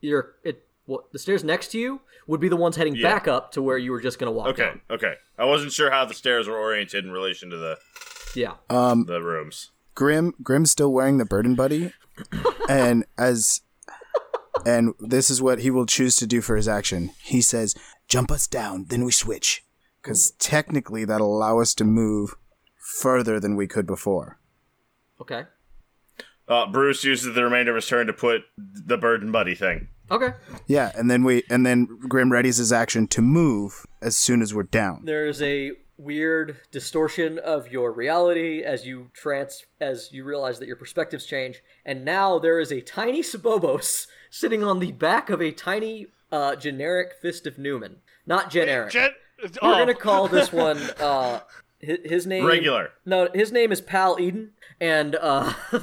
Speaker 2: You're it. What, the stairs next to you would be the ones heading
Speaker 4: Yeah.
Speaker 2: back up to where you were just gonna walk.
Speaker 4: Okay,
Speaker 2: down.
Speaker 4: okay. I wasn't sure how the stairs were oriented in relation to the,
Speaker 2: Yeah.
Speaker 5: um,
Speaker 4: the rooms.
Speaker 5: Grim, Grim's still wearing the burden buddy, and as and this is what he will choose to do for his action. He says, "Jump us down, then we switch," because technically that'll allow us to move further than we could before.
Speaker 2: Okay.
Speaker 4: Uh, Bruce uses the remainder of his turn to put the burden buddy thing.
Speaker 2: Okay.
Speaker 5: Yeah, and then we and then Grim readies his action to move as soon as we're down.
Speaker 2: There's a weird distortion of your reality as you trans as you realize that your perspectives change, and now there is a tiny Sabobos <laughs> sitting on the back of a tiny uh, generic fist of Newman. Not generic.
Speaker 3: Jet. Oh.
Speaker 2: We're gonna call
Speaker 4: <laughs>
Speaker 2: this one uh, his, his name
Speaker 4: Regular.
Speaker 2: No, his name is Pal Eden, and uh, <laughs>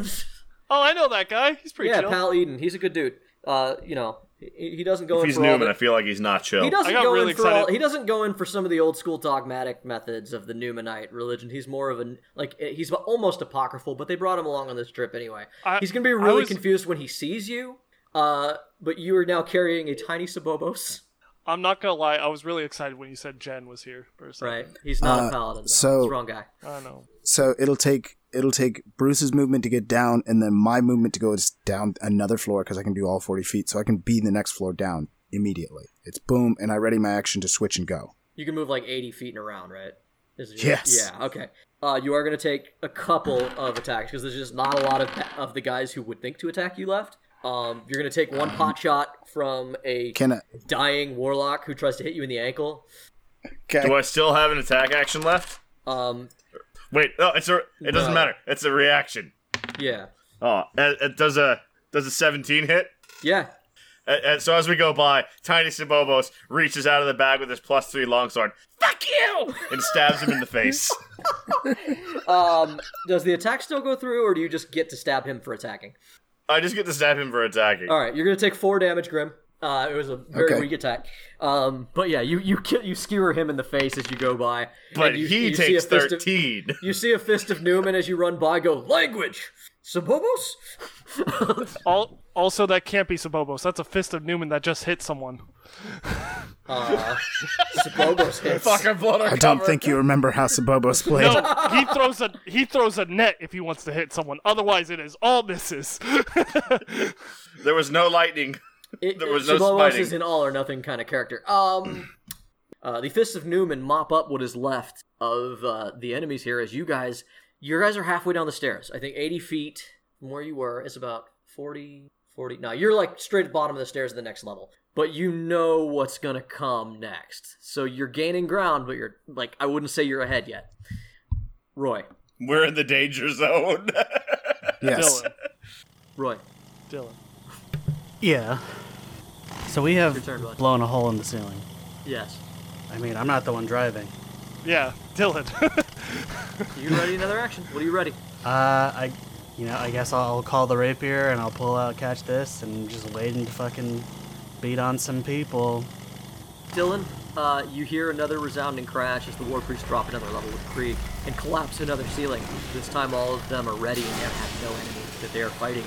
Speaker 3: Oh, I know that guy. He's pretty
Speaker 2: yeah,
Speaker 3: chill.
Speaker 2: Pal Eden. He's a good dude. Uh, you know, he, he doesn't go
Speaker 4: If
Speaker 2: in
Speaker 4: he's
Speaker 2: for all
Speaker 4: Newman,
Speaker 2: the-
Speaker 4: I feel like he's not chill.
Speaker 2: he doesn't
Speaker 3: I got
Speaker 2: go
Speaker 3: really
Speaker 2: in for all,
Speaker 3: excited.
Speaker 2: he doesn't go in for some of the old school dogmatic methods of the Newmanite religion. He's more of an like eh, he's almost apocryphal, but they brought him along on this trip anyway.
Speaker 3: I-
Speaker 2: he's gonna be
Speaker 3: I
Speaker 2: really
Speaker 3: was-
Speaker 2: confused when he sees you. Uh, but you are now carrying a tiny Sabobos. <laughs>
Speaker 3: I'm not gonna lie. I was really excited when you said Jen was here. For a second.
Speaker 2: Right, he's not
Speaker 5: Uh,
Speaker 2: a paladin. Though.
Speaker 5: so-
Speaker 2: He's the wrong guy.
Speaker 3: I don't know.
Speaker 5: So it'll take it'll take Bruce's movement to get down, and then my movement to go s- down another floor because I can do all forty feet, so I can be the next floor down immediately. It's boom, and I ready my action to switch and go.
Speaker 2: You can move like eighty feet in a round, right? Is it-
Speaker 5: Yes.
Speaker 2: Yeah. Okay. Uh, you are gonna take a couple of attacks because there's just not a lot of of the guys who would think to attack you left. Um, you're gonna take one pot shot from a
Speaker 5: Can I?
Speaker 2: dying warlock who tries to hit you in the ankle.
Speaker 5: Can
Speaker 4: Do I still have an attack action left?
Speaker 2: Um,
Speaker 4: Wait, no, it's a. It doesn't
Speaker 2: No.
Speaker 4: matter. It's a reaction. uh,
Speaker 2: yeah,
Speaker 4: Oh, it, it does a does a 17 hit?
Speaker 2: yeah.
Speaker 4: And, and so as we go by, Tiny Sibobos reaches out of the bag with his plus three longsword
Speaker 6: Fuck you!
Speaker 4: and stabs him in the face.
Speaker 2: Um, <laughs> does the attack still go through, or do you just get to stab him for attacking?
Speaker 4: I just get to stab him for attacking.
Speaker 2: All right, you're gonna take four damage, Grim. Uh, it was a very
Speaker 5: Okay.
Speaker 2: weak attack. Um, but yeah, you you ki- you skewer him in the face as you go by.
Speaker 4: But
Speaker 2: and you-
Speaker 4: he
Speaker 2: you see a
Speaker 4: takes
Speaker 2: fist of- <laughs>
Speaker 4: 13.
Speaker 2: you see a fist of Newman as you run by. Go language, Sabobos. <laughs>
Speaker 3: Al- also, that can't be Sabobos. That's a fist of Newman that just hit someone.
Speaker 2: Uh,
Speaker 4: <laughs>
Speaker 2: Sabobos hits.
Speaker 4: Fuck, I blown our
Speaker 5: I don't
Speaker 4: cover.
Speaker 5: think you remember how Sabobos played.
Speaker 3: No, he throws a he throws a net if he wants to hit someone. Otherwise, it is all misses. <laughs>
Speaker 4: There was no lightning. <laughs>
Speaker 2: It-
Speaker 4: There was no
Speaker 2: Sibobos
Speaker 4: spiting.
Speaker 2: is an all or nothing kind of character. Um, <clears throat> uh, the fists of Newman mop up what is left of uh, the enemies here. As you guys, you guys are halfway down the stairs. I think 80 feet from where you were is about 40, 40. No, you're like straight at the bottom of the stairs at the next level. But you know what's gonna come next, so you're gaining ground, but you're like I wouldn't say you're ahead yet. Roy,
Speaker 4: We're in the danger zone. <laughs>
Speaker 5: yes.
Speaker 3: Dylan,
Speaker 2: Roy,
Speaker 3: Dylan.
Speaker 1: Yeah. So we
Speaker 2: Your
Speaker 1: have
Speaker 2: turn, bud.
Speaker 1: blown a hole in the ceiling.
Speaker 2: yes,
Speaker 1: I mean, I'm not the one driving.
Speaker 3: Yeah, Dylan.
Speaker 2: you ready? Another action. What are you ready?
Speaker 1: Uh, I, you know, I guess I'll call the rapier and I'll pull out catch this and just waiting to fucking beat on some people.
Speaker 2: Dylan, uh, you hear another resounding crash as the war priests drop another level with Krieg and collapse another ceiling. This time, all of them are ready and they have no enemy that they are fighting.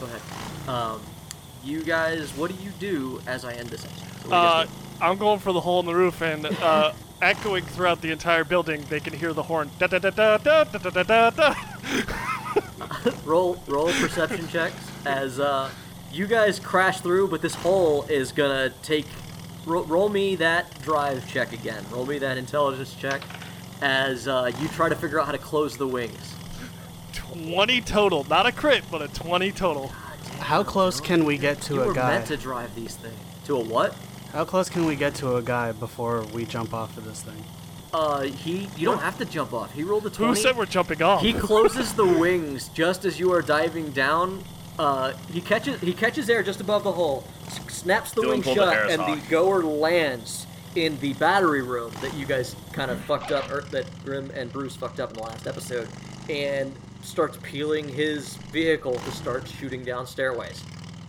Speaker 2: Go ahead. Um, you guys, what do you do as I end this action? What do you guys
Speaker 3: uh, I'm going for the hole in the roof, and uh, echoing throughout the entire building, they can hear the horn. Da da da da da da da da da.
Speaker 2: do? roll, roll perception checks as uh, you guys crash through, but this hole is gonna take. Ro- roll me that drive check again. Roll me that intelligence check as uh, you try to figure out how to close the wings.
Speaker 3: 20 total, not a crit, but a 20 total.
Speaker 1: How close can we get to
Speaker 2: you
Speaker 1: a
Speaker 2: were
Speaker 1: guy?
Speaker 2: meant to drive these things. To a what?
Speaker 1: How close can we get to a guy before we jump off of this thing?
Speaker 2: Uh, he. You don't have to jump off. He rolled a
Speaker 3: Who
Speaker 2: twenty.
Speaker 3: said we're jumping off?
Speaker 2: he closes the wings just as you are diving down. Uh, he catches he catches air just above the hole, s- snaps the
Speaker 4: Dylan
Speaker 2: wing
Speaker 4: pulled the
Speaker 2: shut,
Speaker 4: Harris
Speaker 2: and the
Speaker 4: Hawk.
Speaker 2: goer lands in the battery room that you guys kind of fucked up, or that Grim and Bruce fucked up in the last episode, and starts peeling his vehicle to start shooting down stairways.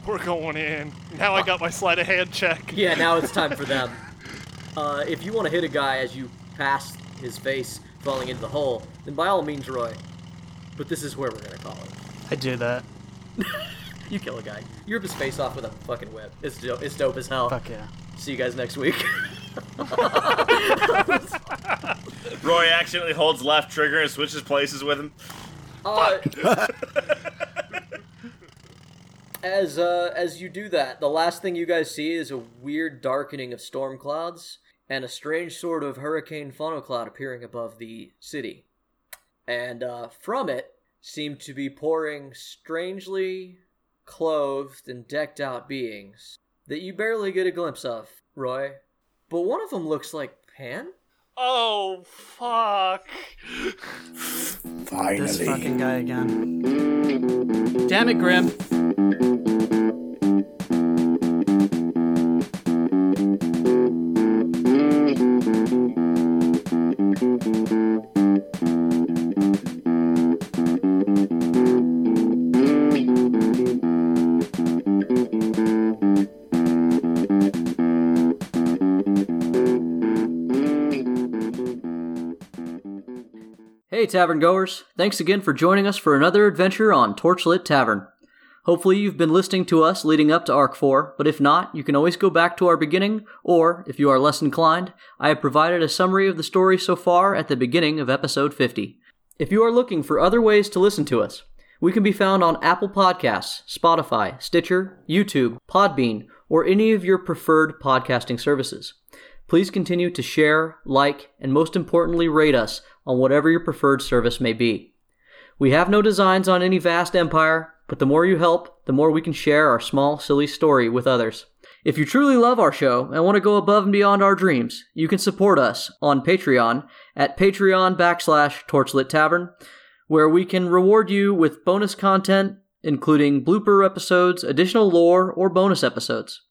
Speaker 3: We're going in. Now I got my sleight of hand check.
Speaker 2: Yeah, now it's time for them. Uh, if you want to hit a guy as you pass his face falling into the hole, then by all means, Roy. But this is where we're gonna call it.
Speaker 1: I do that.
Speaker 2: You kill a guy. You rip his face off with a fucking whip. It's dope. It's dope as hell.
Speaker 1: Fuck yeah.
Speaker 2: See you guys next week. <laughs>
Speaker 4: Roy accidentally holds left trigger and switches places with him.
Speaker 2: Uh, as uh, as you do that, the last thing you guys see is a weird darkening of storm clouds and a strange sort of hurricane funnel cloud appearing above the city, and uh, from it seem to be pouring strangely clothed and decked out beings that you barely get a glimpse of, Roy. But one of them looks like Pan.
Speaker 3: Oh, fuck.
Speaker 1: This
Speaker 5: Finally.
Speaker 1: fucking guy again. Damn it, Grim.
Speaker 2: Hey, tavern goers! Thanks again for joining us for another adventure on Torchlit Tavern. Hopefully, you've been listening to us leading up to Arc 4, but if not, you can always go back to our beginning, or, if you are less inclined, I have provided a summary of the story so far at the beginning of episode 50. If you are looking for other ways to listen to us, we can be found on Apple Podcasts, Spotify, Stitcher, YouTube, Podbean, or any of your preferred podcasting services please continue to share, like, and most importantly, rate us on whatever your preferred service may be. We have no designs on any vast empire, but the more you help, the more we can share our small, silly story with others. If you truly love our show and want to go above and beyond our dreams, you can support us on Patreon at patreon backslash torchlit tavern, where we can reward you with bonus content including blooper episodes, additional lore, or bonus episodes.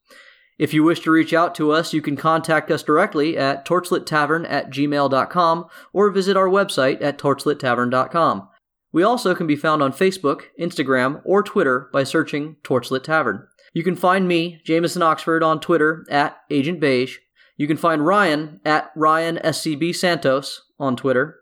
Speaker 2: If you wish to reach out to us, you can contact us directly at torchlittavern at gmail.com or visit our website at torchlittavern.com. We also can be found on Facebook, Instagram, or Twitter by searching Torchlit Tavern. You can find me, Jameson Oxford, on Twitter at Agent Beige. You can find Ryan at Ryan SCB Santos on Twitter.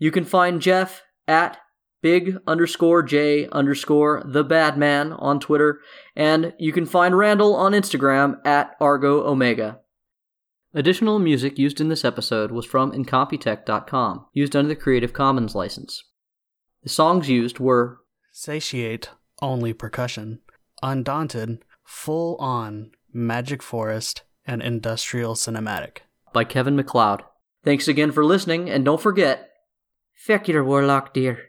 Speaker 2: You can find Jeff at big underscore J underscore the bad man on Twitter, and you can find Randall on Instagram at Argo Omega. Additional music used in this episode was from Incompetech.com, used under the Creative Commons license. The songs used were
Speaker 1: Satiate, only percussion. Undaunted, full on, Magic Forest, and Industrial Cinematic.
Speaker 2: by Kevin McLeod. Thanks again for listening, and don't forget, feck your warlock dear.